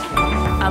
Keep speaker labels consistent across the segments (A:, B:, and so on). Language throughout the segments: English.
A: A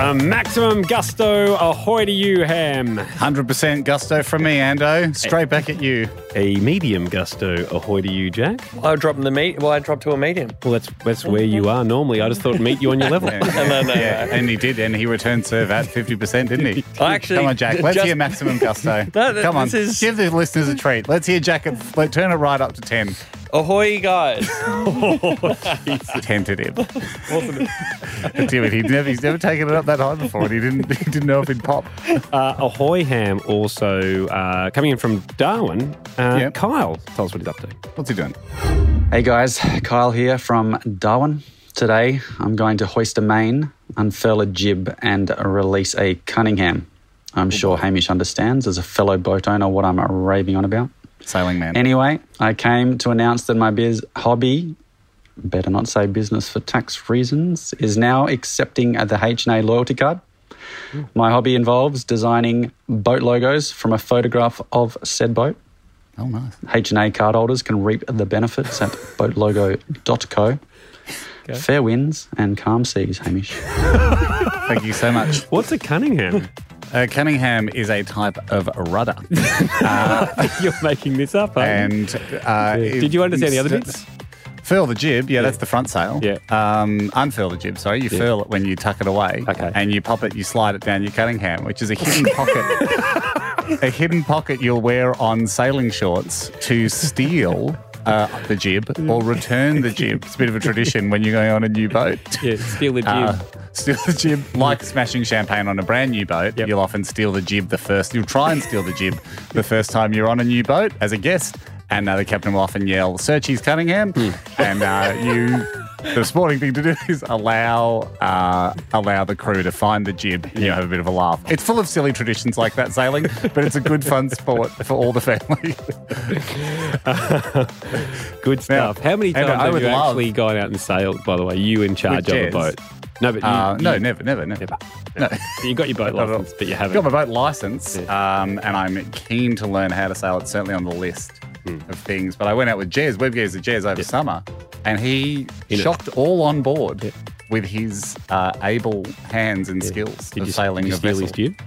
B: A maximum gusto, ahoy to you, Ham.
C: 100% gusto from me, Ando. Straight back at you.
B: A medium gusto, ahoy to you, Jack.
D: I dropped the meat. Well, I dropped to a medium.
B: Well, that's that's where you are normally. I just thought meet you on your level.
D: No, no,
C: Yeah,
D: no.
C: and he did, and he returned serve at 50%, didn't he?
D: I actually
C: Come on, Jack. Let's
D: just-
C: hear maximum gusto.
D: No, th-
C: Come on.
D: this is-
C: Give the listeners a treat. Let's hear Jack. At, let, turn it right up to 10.
D: Ahoy, guys.
C: Tentative. Damn it, he'd never, he's never taken it up that high before, and he didn't, he didn't know if it'd pop.
B: Uh, ahoy, Ham. Also uh, coming in from Darwin. Uh,
C: Yep.
B: Kyle, tell us what he's up to.
C: What's he doing?
E: Hey guys, Kyle here from Darwin. Today I'm going to hoist a main, unfurl a jib, and release a Cunningham. I'm sure Hamish understands as a fellow boat owner what I'm raving on about.
C: Sailing man.
E: Anyway, I came to announce that my biz hobby, better not say business for tax reasons, is now accepting the H&A loyalty card. My hobby involves designing boat logos from a photograph of said boat.
C: oh, nice.
E: H&A cardholders can reap the benefits at boatlogo.co. Fair winds and calm seas, Hamish.
C: Thank you so much.
B: What's a Cunningham?
C: Uh, Cunningham is a type of rudder.
B: You're making this up, aren't you?
C: and uh,
B: Did you understand the other
C: it's-
B: bits?
C: Furl the jib, yeah, that's the front sail.
B: Yeah.
C: Um, unfurl the jib, sorry. You furl it when you tuck it away.
B: Okay.
C: And you pop it, you slide it down your Cunningham, which is a hidden pocket. a hidden pocket you'll wear on sailing shorts to steal. Uh, the jib or return the jib. It's a bit of a tradition when you're going on a new boat.
B: Yeah, steal the jib.
C: Uh, steal the jib. Like smashing champagne on a brand new boat,
B: Yep.
C: you'll often steal the jib the first. You'll try and steal the jib the first time you're on a new boat as a guest, and uh, the captain will often yell, "Search his Cunningham," and uh, you. The sporting thing to do is allow uh, allow the crew to find the jib and you have a bit of a laugh. It's full of silly traditions like that sailing, but it's a good fun sport for all the family.
B: Good
C: now,
B: stuff. How many
C: and
B: times
C: I
B: have
C: would
B: you
C: love-
B: actually gone out and sailed? By the way, you in charge
C: With
B: of a
C: Jez.
B: boat? No, but you,
C: Uh, no,
B: you-
C: never, never, never.
B: never.
C: No.
B: You got your boat
C: Not at all.
B: license, but you haven't.
C: Got my boat license, um, and I'm keen to learn how to sail. It's certainly on the list
B: Hmm.
C: of things. But I went out with Jez, web gears with Jez over summer, and he
B: In it.
C: shocked all on board with his uh, able hands and skills
B: Did
C: of
B: you,
C: sailing
B: did you
C: a
B: steal
C: vessel.
B: his jib?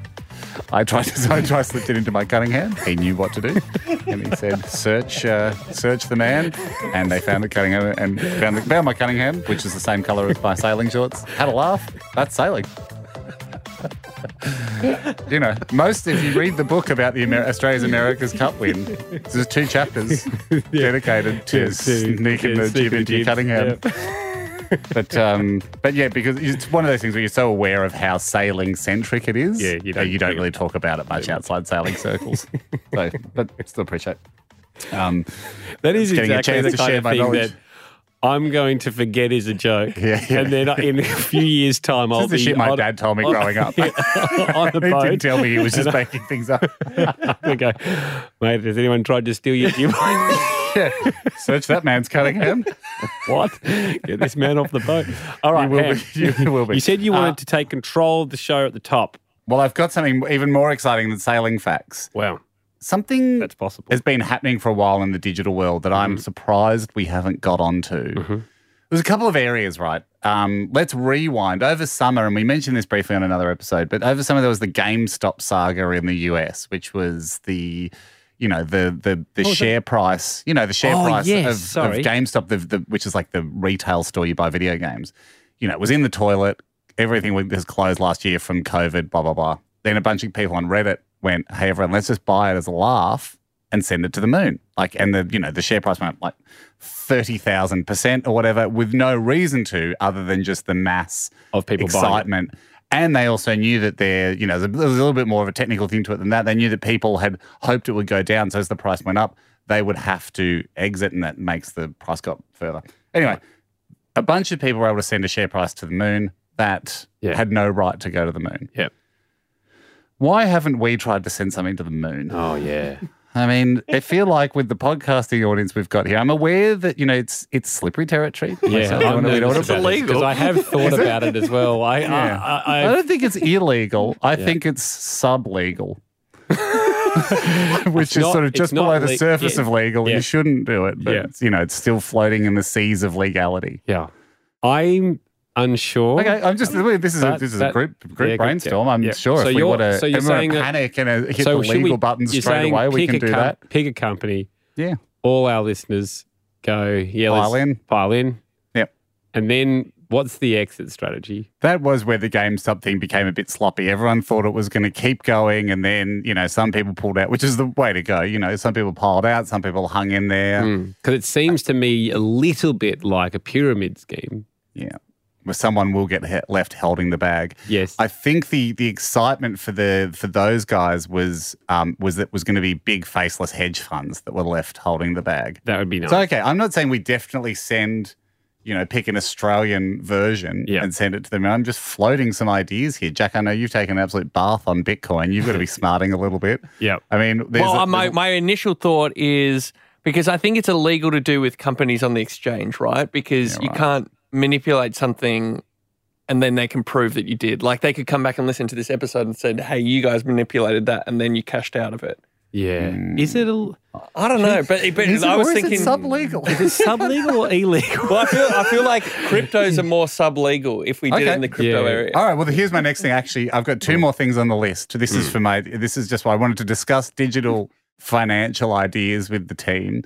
C: I tried to, I tried slipped it into my cutting hand. He knew what to do, and he said, "Search, uh, search the man." And they found the cutting hand and found, the, found my cutting hand, which is the same color as my sailing shorts. Had a laugh. That's sailing. you know, most if you read the book about the Amer- Australia's America's Cup win, there's two chapters dedicated to
B: Yeah, to-
C: sneaking
B: yeah,
C: the
B: sneaking
C: jib into your
B: jibs,
C: cutting hand.
B: yeah.
C: But um, but yeah, because it's one of those things where you're so aware of how sailing centric it is.
B: Yeah, you
C: that
B: don't-
C: you don't really talk about it much outside sailing circles. so, but still appreciate. Um,
B: That is
C: Getting a
B: exactly
C: chance
B: the
C: to
B: kind
C: share
B: of
C: my
B: thing
C: knowledge.
B: that I'm going to forget is a joke.
C: Yeah, yeah.
B: And then in a few years' time, I'll
C: this is the
B: be
C: shit my
B: on,
C: dad told me growing up.
B: yeah, on the
C: he
B: boat.
C: didn't tell me he was just making things up.
B: I go, mate, has anyone tried to steal your jib?
C: yeah. Search that man's cutting hand.
B: what? Get this man off the boat. All right,
C: You will
B: Ham,
C: be. You will be.
B: said you
C: Uh,
B: wanted to take control of the show at the top.
C: Well, I've got something even more exciting than sailing facts.
B: Wow,
C: Something
B: that's possible. Mm-hmm.
C: has been happening for a while in the digital world that I'm surprised we haven't got onto. There's a couple of areas, right? Um, let's rewind over summer, and we mentioned this briefly on another episode. But over summer, there was the GameStop saga in the US, which was the, you know, the the the share price, you know, the share
B: Oh,
C: price
B: yes,
C: of, of
B: sorry.
C: GameStop, the, the which is like the retail store you buy video games. You know, it was in the toilet. Everything was was closed last year from COVID. Blah blah blah. Then a bunch of people on Reddit went, "Hey, everyone, let's just buy it as a laugh." and send it to the moon. Like, and the you know the share price went up like thirty thousand percent or whatever, with no reason to, other than just the mass
B: Of people buying it.
C: excitement. And they also knew that there, you know, there was a little bit more of a technical thing to it than that. They knew that people had hoped it would go down, so as the price went up, they would have to exit, and that makes the price go up further. Anyway, a bunch of people were able to send a share price to the moon that
B: Yeah.
C: had no right to go to the moon.
B: Yep.
C: Why haven't we tried to send something to the moon?
B: Oh yeah,
C: I mean, I feel like with the podcasting audience we've got here, I'm aware that you know it's it's slippery territory.
F: Yeah,
C: Myself, I
F: I'm
C: wanna- we don't
F: nervous
C: wanna-
F: about this because I have thought about it as well. I, I, I,
C: I
F: I,
C: don't think it's illegal. I think it's sublegal, which is
F: not-
C: sort of
F: it's
C: just
F: not
C: below the
F: le-
C: surface
F: yeah.
C: of legal.
F: Yeah.
C: You shouldn't do it, but
F: Yeah.
C: it's, you know it's still floating in the seas of legality.
F: yeah, I'm unsure.
C: Okay, I'm just this is a,
F: um, That-
C: this is a
F: that-
C: group
F: yeah,
C: group
F: yeah.
C: brainstorm. I'm
F: Yeah.
C: sure
F: So
C: if we
F: you're-
C: want to
F: so you're saying that-
C: panic and uh hit the
F: should we-
C: legal button
F: you're
C: straight
F: saying
C: away, we
F: pick
C: can
F: a
C: do
F: com-
C: that.
F: Pick a company.
C: Yeah.
F: All our listeners go. Yeah,
C: Pile
F: let's
C: in.
F: Pile in.
C: Yep.
F: And then what's the exit strategy?
C: That was where the game something became a bit sloppy. Everyone thought it was going to keep going, and then you know some people pulled out, which is the way to go. You know, some people piled out, some people hung in there.
F: Because Hmm. it seems to me a little bit like a pyramid scheme.
C: Yeah, where someone will get he- left holding the bag.
F: Yes.
C: I think the the excitement for the for those guys was um was that was going to be big faceless hedge funds that were left holding the bag.
F: that would be nice.
C: So okay, I'm not saying we definitely send, you know, pick an Australian version
F: Yeah.
C: and send it to them. I'm just floating some ideas here, Jack. I know you've taken an absolute bath on Bitcoin. You've got to be smarting a little bit.
F: Yeah.
C: I mean, there's
D: well,
C: a-
D: uh, my,
C: there's-
D: my initial thought is because I think it's illegal to do with companies on the exchange, right? Because you can't manipulate something and then they can prove that you did. Like they could come back and listen to this episode and said, hey, you guys manipulated that and then you cashed out of it.
F: yeah.
C: Hmm.
F: Is it a,
D: I don't know, but, but
C: Is it-
D: I was
C: or is it
D: thinking.
C: sublegal.
F: is it sublegal or illegal?
D: well, I feel, I feel like cryptos are more sublegal if we did
C: Okay.
D: it in the crypto
F: Yeah.
D: area.
C: All right. Well, here's my next thing. Actually, I've got two more things on the list. This is for my. This is just why I wanted to discuss digital financial ideas with the team.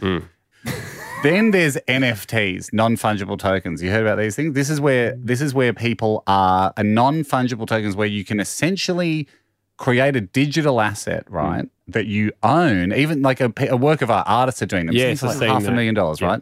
C: then there's NFTs, non-fungible tokens. You heard about these things? This is where this is where people are a non-fungible tokens where you can essentially create a digital asset, right? That you own, even like a, p- a work of art. Artists are doing them.
F: Yes,
C: Things
F: I've
C: like
F: seen
C: half a
F: that.
C: million dollars, right?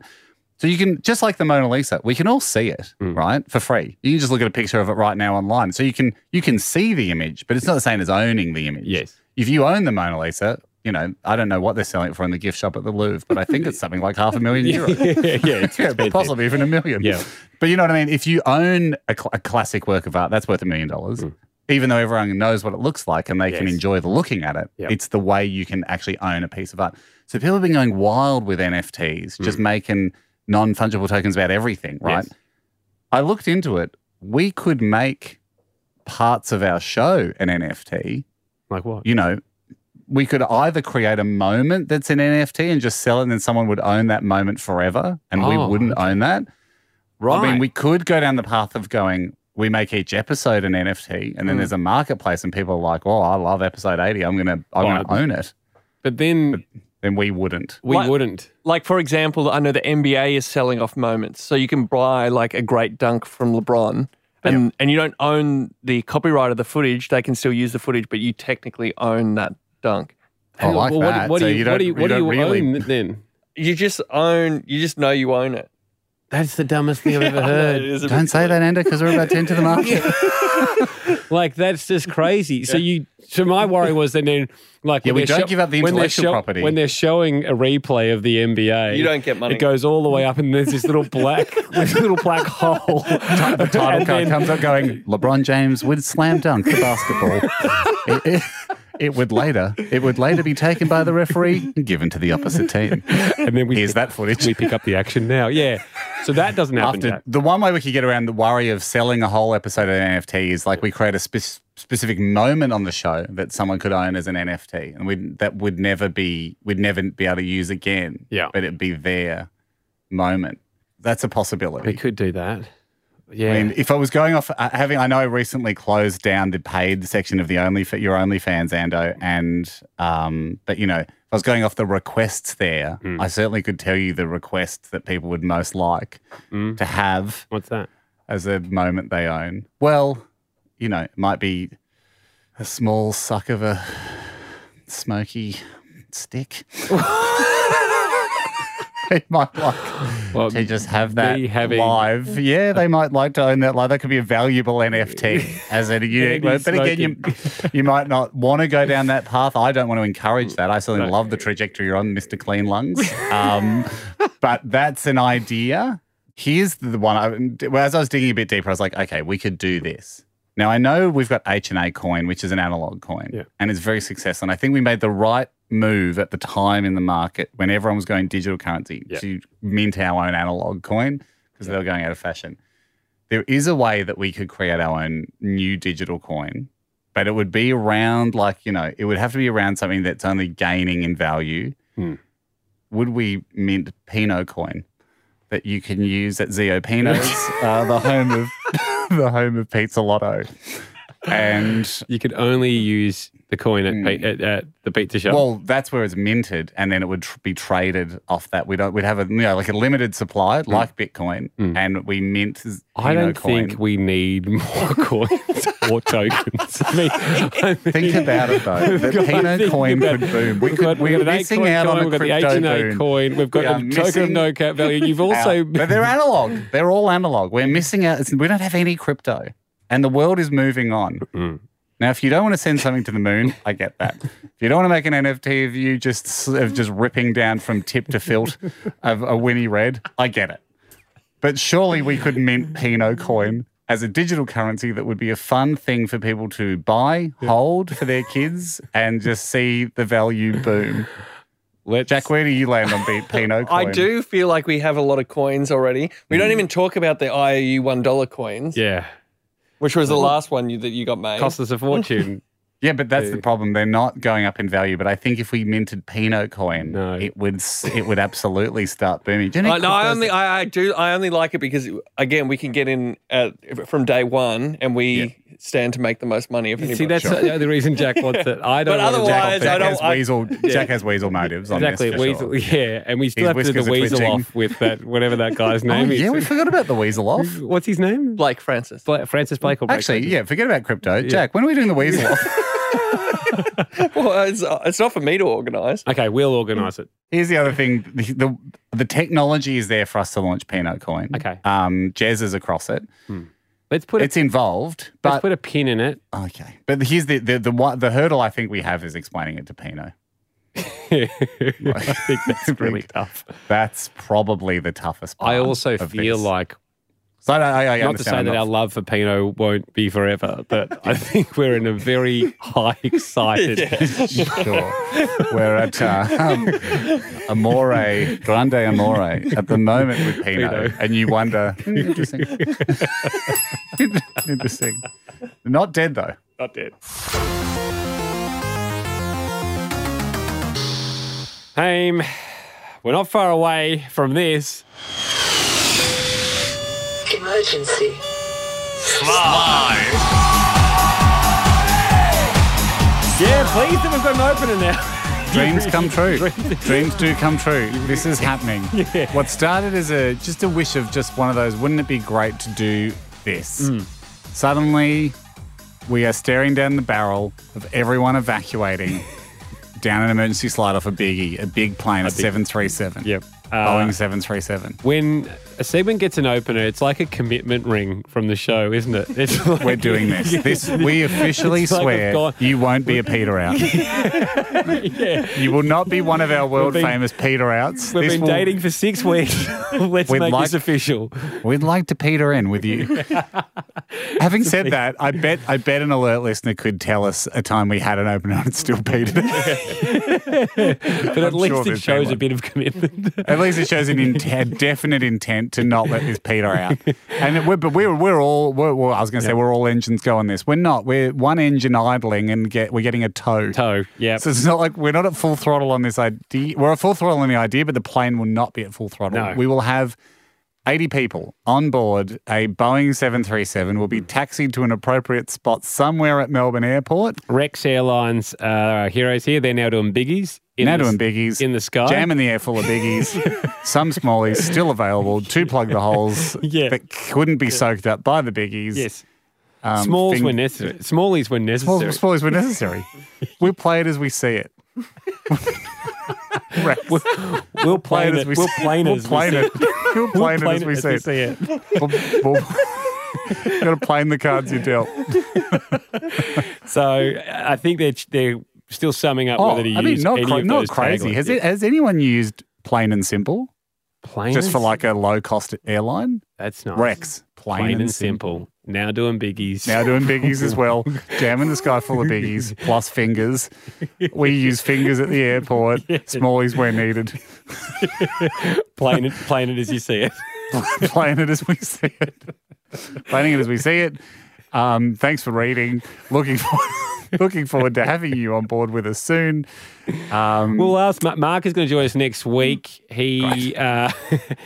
C: So you can just like the Mona Lisa, we can all see it,
F: Hmm.
C: right? For free. You can just look at a picture of it right now online. So you can you can see the image, but it's not the same as owning the image.
F: Yes.
C: If you own the Mona Lisa, you know, I don't know what they're selling it for in the gift shop at the Louvre, but I think it's something like half a million euros.
F: yeah, it's
C: Yeah,
F: expensive.
C: possibly even a million.
F: Yeah.
C: But you know what I mean? If you own a, cl- a classic work of art, that's worth a million dollars. Even though everyone knows what it looks like and they can
F: Hmm. Yes.
C: enjoy the looking at it,
F: Yep.
C: it's the way you can actually own a piece of art. So people have been going wild with NFTs, just making non fungible tokens about everything, right?
F: Hmm. Yes.
C: I looked into it. We could make parts of our show an NFT.
F: Like what?
C: You know, we could either create a moment that's an NFT and just sell it, and then someone would own that moment forever, and we
F: Oh,
C: wouldn't own that.
F: Right.
C: I mean, we could go down the path of going, we make each episode an NFT,
F: Hmm.
C: and then there's a marketplace, and people are like, "Oh, I love episode 80. I'm gonna, I'm
F: Buy
C: gonna own it."
F: but then
C: Then we wouldn't.
F: we
D: Like-
F: wouldn't.
D: Like, for example, I know the NBA is selling off moments. So you can buy like a great dunk from LeBron and, and you don't own the copyright of the footage. They can still use the footage, but you technically own that dunk.
C: I like
F: well,
C: that.
F: What, what
C: So
F: do you,
C: you
F: what
C: don't-
F: do you,
C: you
F: what do you
C: don't really-
F: own then?
D: You just own, you just know you own it.
F: That's the dumbest thing I've ever heard.
C: Don't say that, Ender, because we're about to enter the market.
F: Like that's just crazy. So you, so my worry was that then, like,
C: Yeah,
F: when
C: we
F: they're
C: don't give up the
F: when they're
C: intellectual property.
F: when they're showing a replay of the NBA.
D: You don't get money.
F: It goes all the way up, and there's this little black, this little black hole.
C: The title card comes up going, LeBron James would slam dunk the basketball. it, it- it would later, it would later be taken by the referee and given to the opposite team.
F: and then we
C: Here's
F: pick,
C: that footage.
F: we pick up the action now. Yeah, so that doesn't happen.
C: After
F: Jack.
C: the one way we could get around the worry of selling a whole episode of an NFT is like we create a spec- specific moment on the show that someone could own as an NFT, and we that would never be we'd never be able to use again.
F: Yeah.
C: but it'd be their moment. That's a possibility.
F: we could do that. Yeah,
C: I mean, if I was going off uh, having, I know I recently closed down the paid section of the only your OnlyFans, Ando, and um, but you know, if I was going off the requests there, I certainly could tell you the requests that people would most like to have
F: what's that?
C: as a moment they own. Well, you know, it might be a small suck of a smoky stick. they might like
F: Well,
C: to just have that
F: me having-
C: live. Yeah, they might like to own that live. That could be a valuable NFT as a unique.
F: Andy
C: But again, you, you might not want to go down that path. I don't want to encourage that. I certainly love the trajectory you're on, Mr. Clean Lungs. Um, but that's an idea. Here's the one. I, well, as I was digging a bit deeper, I was like, okay, we could do this. Now I know we've got H and A coin, which is an analog coin,
B: Yeah.
C: and it's very successful. And I think we made the right move at the time in the market when everyone was going digital currency
B: Yeah.
C: to mint our own analog coin because they were going out of fashion. There is a way that we could create our own new digital coin, but it would be around like you know it would have to be around something that's only gaining in value.
B: Hmm.
C: Would we mint Pinot coin? that you can use at Zio Pino's, uh, the home of the home of Pizza Lotto. And
B: You could only use the coin at,
C: Mm.
B: pe- at, at the pizza shop.
C: well, that's where it's minted, and then it would tr- be traded off that. We don't. We'd have a you know like a limited supply, like Bitcoin,
B: Mm.
C: and we mint. z-
B: Hmm. I don't
C: Pinot coin.
B: think we need more coins or tokens. I mean, I mean-
C: Think about it though. The
B: God,
C: Pinot
B: think
C: coin
B: about-
C: could boom. We
B: We've
C: could.
B: got, we've
C: We're
B: got an eight
C: missing
B: coin
C: out
B: coin,
C: on a
B: we've got the H
C: crypto
B: and A
C: boom.
B: coin, we've
C: We
B: got
C: are
B: a token of
C: missing
B: no cap value. You've
C: out.
B: also
C: but they're analog. They're all analog. We're missing out. It's, we don't have any crypto, and the world is moving on. Now, if you don't want to send something to the moon, I get that. If you don't want to make an NFT of you just s- of just ripping down from tip to filt of a Winnie Red, I get it. But surely we could mint Pinot coin as a digital currency that would be a fun thing for people to buy, hold for their kids, and just see the value boom.
B: let's
C: Jack, where do you land on Be- Pinot coin?
D: I do feel like we have a lot of coins already. We don't even talk about the IOU one dollar coins,
B: Mm-hmm. yeah, Mm-hmm.
D: which was the last one you, that you got made.
B: cost us a fortune.
C: Yeah, but that's the problem. They're not going up in value. But I think if we minted Pinot coin,
B: No.
C: it would s- it would absolutely start booming. Do you know
D: I,
C: how
D: no,
C: quick
D: I
C: those
D: only I, I do I only like it because again we can get in uh, from day one and we stand to make the most money of anybody.
B: See, that's uh, the reason Jack wants it. I don't.
D: But
B: want to-
C: Jack,
D: otherwise-
C: Jack
D: I don't-
C: has
D: I-
C: weasel. Jack has weasel motives. On
B: exactly
C: This for
B: weasel.
C: Sure.
B: Yeah, and we still have
C: His
B: to do
C: whiskers
B: the
C: are
B: weasel
C: twitching.
B: off with that whatever that guy's
C: Oh,
B: name is.
C: yeah, we forgot about the weasel off.
B: What's his name?
D: Blake Francis.
B: Bla- Francis Blake or Blake
C: Actually,
B: Francis?
C: yeah, forget about crypto. Jack, when are we doing the weasel off?
D: Well, it's, uh, it's not for me to organise.
B: Okay, we'll organise it.
C: Here's the other thing: the, the the technology is there for us to launch Pinot coin.
B: Okay.
C: Um, Jez is across it.
B: Let's put a,
C: it's involved,
B: let's
C: but
B: put a pin in it.
C: okay. But here's the the, the one- the hurdle I think we have is explaining it to Pinot.
B: I think that's really
C: big.
B: tough.
C: That's probably the toughest part.
B: I also
C: of
B: feel
C: this.
B: like
C: So I, I,
B: not to
C: I
B: say
C: understand
B: that our
C: I'm not-
B: love for Pinot won't be forever, but I think we're in a very high excited.
C: sure. We're at uh, um, Amore, Grande Amore at the moment with Pinot,
B: Pinot.
C: and you wonder, "Hmm, interesting. interesting. Not dead, though.
B: Not dead. Haim, we're not far away from this.
G: Emergency.
B: Yeah, please that we've got an opener now.
C: Dreams come true. Dreams do come true. This is happening. What started as a just a wish of just one of those, wouldn't it be great to do this?
B: Hmm.
C: Suddenly, we are staring down the barrel of everyone evacuating down an emergency slide off a biggie, a big plane, a, 737.
B: Yep. Uh, Oh,
C: Boeing 737.
B: When a segment gets an opener, it's like a commitment ring from the show, isn't it? It's like,
C: We're doing this. This we officially
B: It's like we've
C: swear
B: gone-
C: you won't be a peter out.
B: yeah.
C: You will not be one of our world
B: been-
C: famous peter outs.
B: We've
C: This
B: been
C: will-
B: dating for six weeks. Let's
C: We'd
B: make
C: like-
B: this official.
C: We'd like to peter in with you. Having said that, I bet I bet an alert listener could tell us a time we had an opener and it still petered.
B: But at
C: I'm
B: least
C: sure
B: it
C: there's
B: shows a
C: someone.
B: bit of commitment.
C: At least it shows an int- a definite intent to not let this peter out. And it- we're, but we're we're all we're, well, I was going to say we're all engines go on this. We're not. We're one engine idling and get we're getting a tow.
B: Toe, yeah.
C: So it's not like we're not at full throttle on this idea. We're at full throttle on the idea, but the plane will not be at full throttle.
B: No.
C: We will have 80 people on board a Boeing 737. We'll be
B: Hmm.
C: taxied to an appropriate spot somewhere at Melbourne Airport.
B: Rex Airlines uh, are heroes here. They're now doing biggies. In
C: now
B: the-
C: doing biggies.
B: in the sky.
C: Jamming the air full of biggies. some smallies still available to plug the holes
B: Yeah.
C: that couldn't be soaked up by the biggies.
B: Yes.
C: Um,
B: Smalls
C: thing-
B: when necessary. Smallies when
C: Small,
B: necessary.
C: smallies were necessary. we play it as we see it. Rex.
B: We'll, we'll plane it. We'll plane
C: we'll
B: as we
C: plane
B: see
C: it. We'll plane it
B: Plane
C: as we see it.
B: it.
C: We'll, we'll, gotta plane the cards you dealt.
B: So I think they're they're still summing up
C: Oh,
B: whether to
C: I
B: use
C: mean, not,
B: any
C: cra-
B: of
C: not
B: those
C: crazy.
B: taglines.
C: Has, it, has anyone used plain and simple
B: Plain
C: just
B: and
C: for
B: sim-
C: like a low cost airline?
B: that's nice.
C: Rex, plain,
B: Plain and simple. Now doing biggies.
C: Now doing biggies as well. Jam in the sky full of biggies, plus fingers. We use fingers at the airport, smallies where needed,
B: playing it, playing it as you see it.
C: playing it as we see it. Playing it as we see it. Um, thanks for reading. Looking forward, looking forward to having you on board with us soon. Um,
B: We'll ask Ma- Mark is going to join us next week.
C: Mm.
B: He uh,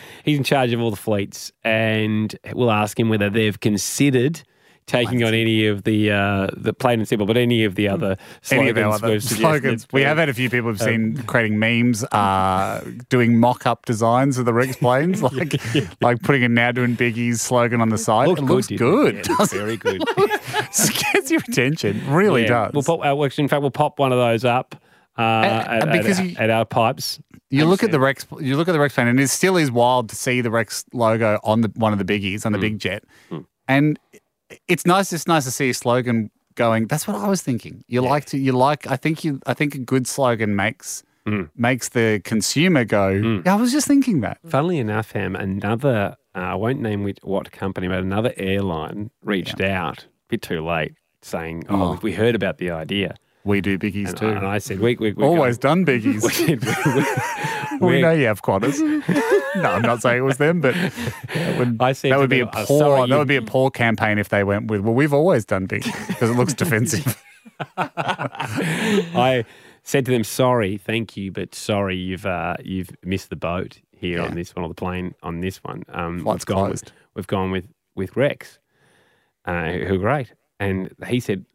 B: he's in charge of all the fleets, and we'll ask him whether they've considered taking on any of the uh, the plain and simple, but any of the other
C: Mm. any
B: slogans
C: of our other
B: we've suggested. Um,
C: slogans. We have had a few people who've seen creating memes, uh, doing mock-up designs of the Rex planes, like like putting a now doing biggies slogan on the side.
B: Looked
C: it looks
B: good,
C: good.
B: didn't it? Yeah,
C: doesn't
B: very good.
C: it? gets your attention. Really
B: Yeah.
C: does.
B: We'll pop. Uh, well, actually, in fact, we'll pop one of those up uh, at,
C: because
B: at,
C: you-
B: at our pipes.
C: you look at the Rex. You look at the Rex plane, and it still is wild to see the Rex logo on the one of the biggies
B: Hmm.
C: on the big jet. And it's nice. It's nice to see a slogan going. That's what I was thinking. You like to. You like. I think you. I think a good slogan makes.
B: Hmm.
C: Makes the consumer go. "Yeah, I was just thinking that.
B: Funnily enough, Ham, another, uh, I won't name which, what company, but another airline reached out a bit too late saying, oh, we heard about the idea.
C: We do biggies
B: And,
C: too.
B: I, and I said, we, we, we
C: Always done biggies.
B: Go,
C: we
B: we're-
C: know you have quadders. no, I'm not saying it was them, but that would,
B: I said
C: that
B: to
C: would be a
B: them, "Oh,
C: poor
B: sorry,
C: that
B: you-
C: would be a poor campaign if they went with. Well, we've always done biggies because it looks defensive.
B: I said to them, sorry, thank you, but sorry, you've, uh, you've missed the boat here on this one, or the plane on this one. Um,
C: Flight's
B: we've gone, with-
C: closed.
B: We've gone with, with Rex, uh, who are great. And he said,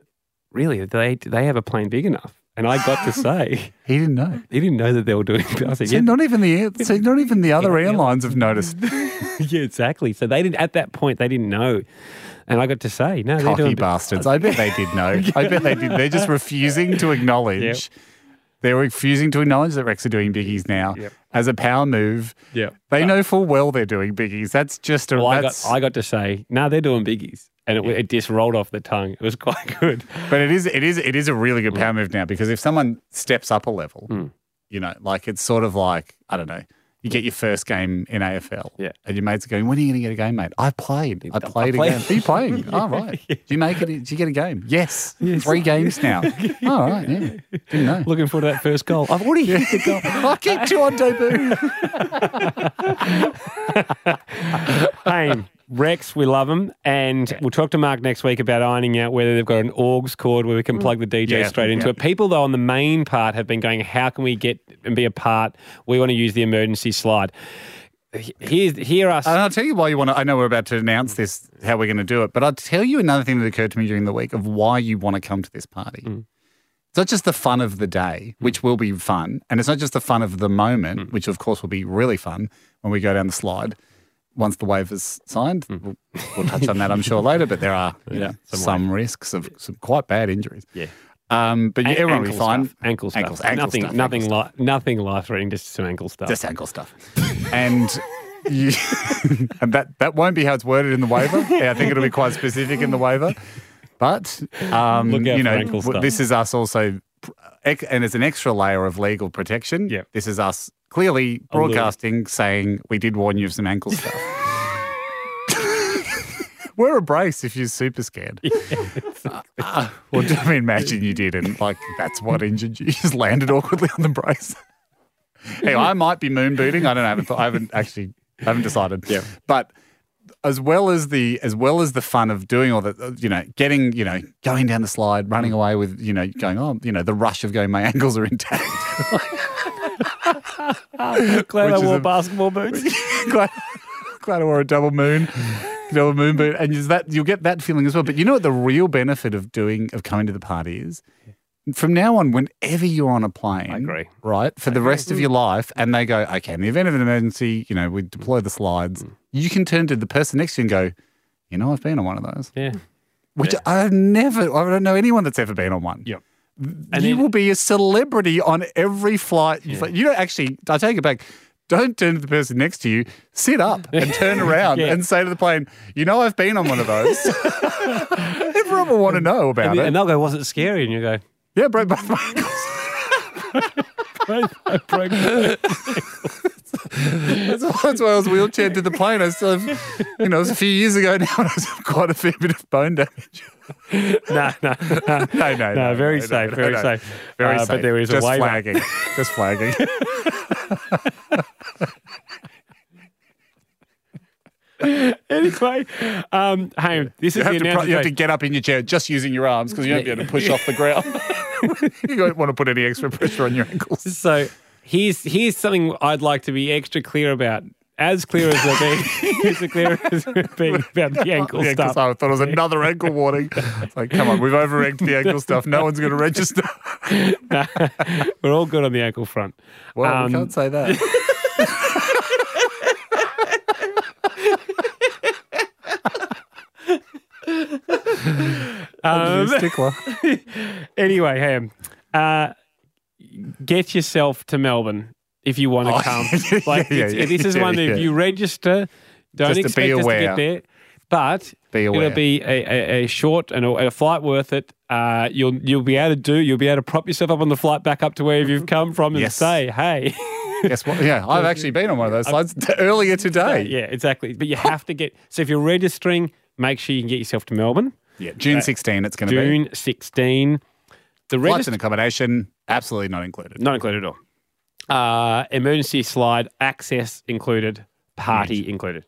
B: really, do they, do they have a plane big enough? And I got to say...
C: he didn't know.
B: He didn't know that they were doing. I said,
C: See,
B: yeah,
C: not even the air, see, not even the other
B: Yeah.
C: airlines have noticed.
B: yeah, exactly. So they didn't at that point. They didn't know, and I got to say, no, they're
C: Cocky
B: doing.
C: bastards. I bet they did know. I bet they did. They're just refusing to acknowledge. They're refusing to acknowledge that Rex are doing biggies now as a power move.
B: Yep.
C: They know full well they're doing biggies. That's just a.
B: Well, I got
C: that's,
B: I got to say, no, they're doing biggies, and it, it just rolled off the tongue. It was quite good.
C: But it is it is it is a really
B: Mm.
C: good power move now because if someone steps up a level, you know, like it's sort of like I don't know, you get your first game in AFL,
B: Yeah.
C: and your mates are going, "When are you going to get a game, mate? I played, I played,
B: played."
C: a game. Are you playing? All right. oh, right. Did you make it? Did you get a game? Yes, three games now. All right, yeah. Didn't know.
B: Looking forward to that first goal. I've already hit the goal.
C: I keep two on debut.
B: Hey, Rex, we love him, and we'll talk to Mark next week about ironing out whether they've got an AUX cord where we can plug the DJ
C: Yeah,
B: straight into
C: yeah.
B: it. People though on the main part have been going, how can we get and be a part? We want to use the emergency slide. H- Here's, hear us.
C: And I'll tell you why you want to. I know we're about to announce this, how we're going to do it, but I'll tell you another thing that occurred to me during the week of why you want to come to this party.
B: Mm.
C: It's not just the fun of the day, which will be fun, and it's not just the fun of the moment,
B: Mm.
C: which of course will be really fun when we go down the slide. Once the waiver's signed,
B: Mm.
C: we'll, we'll touch on that, I'm sure, later. But there are you know, some, risks of some quite bad injuries. Yeah. Um, but yeah,
B: An-
C: everyone will be
B: ankle
C: fine.
B: Stuff. Ankle stuff.
C: Ankles, ankle
B: nothing,
C: stuff,
B: nothing,
C: ankle
B: li- nothing life threatening. Just some ankle stuff.
C: just ankle stuff. and you, and that that won't be how it's worded in the waiver. Yeah, I think it'll be quite specific in the waiver. But um,
B: Look out
C: you
B: for
C: know,
B: ankle
C: w-
B: stuff.
C: this is us also, pr- ec- and it's an extra layer of legal protection.
B: Yep.
C: this is us clearly
B: little-
C: broadcasting saying we did warn you of some ankle stuff. Wear a brace if you're super scared. Uh, well, I mean, imagine you didn't. Like, that's what injured you. You just landed awkwardly on the brace. anyway, I might be moon booting. I don't know. I haven't, thought- I haven't actually. I haven't decided. Yeah. But as well as the as well as the fun of doing all the you know getting you know going down the slide, running away with you know going oh you know the rush of going my ankles are intact.
B: Glad
C: I Which is wore a-
B: basketball boots.
C: glad, glad I wore a double moon, double moon boot, and is that you'll get that feeling as well. But you know what the real benefit of doing of coming to the party is. From now on, whenever you're on a plane, I
B: agree.
C: right, for the rest of your life, and they go, okay, in the event of an emergency, you know, we deploy the slides, you can turn to the person next to you and go, you know, I've been on one of those,
B: Yeah.
C: which I've never, I don't know anyone that's ever been on one.
B: Yep.
C: And you will be a celebrity on every flight. You fly- You don't actually, I take it back. Don't turn to the person next to you. Sit up and turn around
B: Yeah.
C: and say to the plane, you know, I've been on one of those. Everyone will want to know about
B: And,
C: it.
B: and they'll go, "Was it scary?" And you go,
C: yeah, broke both my ankles.
B: "I broke my ankle."
C: That's, why- that's why I was wheelchaired to the plane. I still have, you know, it was a few years ago now, and I still have quite a fair bit of bone damage.
B: no, no, no,
C: No, no,
B: no. Very
C: no,
B: safe,
C: no,
B: very
C: no.
B: safe,
C: Very
B: Uh,
C: safe.
B: But there is
C: Just
B: a waiver.
C: flagging. Just flagging.
B: anyway, um, hey, this
C: You
B: is
C: have,
B: the
C: to pro-
B: announcement.
C: you have to get up in your chair just using your arms because you won't be able to push off the ground. you don't want to put any extra pressure on your ankles.
B: So here's here's something I'd like to be extra clear about. As clear as we're being, as clear as we're being about the ankle
C: the ankle
B: stuff.
C: stuff. I thought it was another ankle warning. It's like, come on, we've over egged the ankle stuff. No one's going to register.
B: We're all good on the ankle front.
C: Well,
B: Um,
C: we can't say that.
B: Um,
C: You stickler.
B: anyway, Ham, uh, get yourself to Melbourne if you want to
C: Oh,
B: come.
C: yeah,
B: Like
C: yeah,
B: it's-
C: yeah,
B: this is
C: yeah,
B: one that if
C: yeah.
B: you register, don't
C: Just to
B: expect
C: be
B: us to
C: aware.
B: get there. But
C: Be aware.
B: it'll be a, a, a short and a, a flight worth it. Uh, you'll you'll be able to do. You'll be able to prop yourself up on the flight back up to wherever you've come from and
C: Yes.
B: say, "Hey,
C: Guess what? Yeah, I've actually been on one of those slides t- earlier today.
B: yeah, exactly." But you have to get. So if you're registering, make sure you can get yourself to Melbourne,
C: Yeah, June 16, it's going to be.
B: June 16. The
C: Flights
B: register
C: and accommodation, absolutely not included.
B: Not included at all. Uh, emergency slide access included, party included.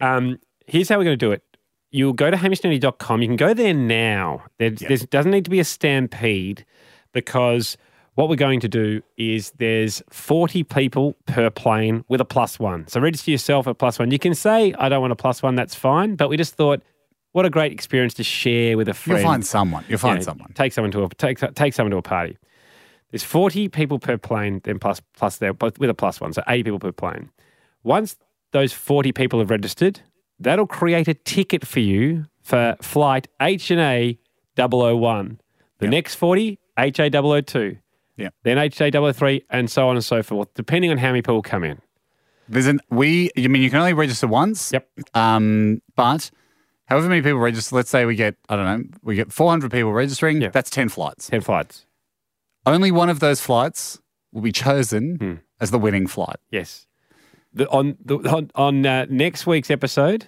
B: Um, here's how we're going to do it. You'll go to hamishnetty.com. You can go there now. There there's- doesn't need to be a stampede because what we're going to do is there's 40 people per plane with a plus one. So register yourself at plus one. You can say, I don't want a plus one, that's fine. But we just thought, what a great experience to share with a friend
C: You'll find someone. You'll find
B: know,
C: someone.
B: Take someone to a take take someone to a party. There's 40 people per plane, then plus plus there plus- with a plus one, so 80 people per plane. Once those 40 people have registered, that'll create a ticket for you for flight H and A 001. The next 40 HA 002.
C: Yeah.
B: Then HA 003 and so on and so forth, depending on how many people come in.
C: There's an we. I mean, you can only register once.
B: Yep.
C: Um, but however many people register, let's say we get I don't know, we get 400 people registering.
B: Yeah.
C: That's 10 flights.
B: 10 flights.
C: Only one of those flights will be chosen
B: Hmm.
C: as the winning flight.
B: Yes. The, on the, on, on uh, next week's episode,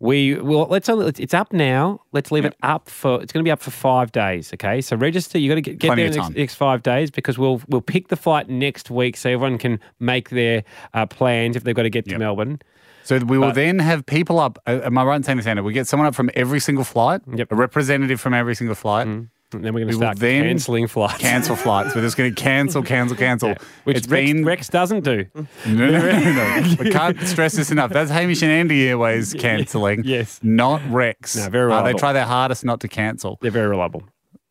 B: we will let's only it's- it's up now. Let's leave it up for it's going to be up for five days. Okay, so register. You got to get, get
C: Plenty
B: there in
C: of
B: the next,
C: time.
B: next five days because we'll we'll pick the flight next week so everyone can make their uh, plans if they've got to get to Melbourne.
C: So we will then have people up. uh, Am I right in saying this, Anna? We get someone up from every single flight,
B: Yep. Hmm.
C: a representative from every single flight,
B: And then we're going
C: We
B: to
C: will
B: start
C: then
B: cancelling flights.
C: cancel flights. We're just going to cancel, cancel, cancel.
B: which
C: It's
B: Rex,
C: been-
B: Rex doesn't do.
C: No, no, no, no, no. We can't stress this enough. That's Hamish and Andy Airways cancelling.
B: yes.
C: Not Rex.
B: No, very
C: Uh, They
B: reliable.
C: try their hardest not to cancel.
B: They're very reliable.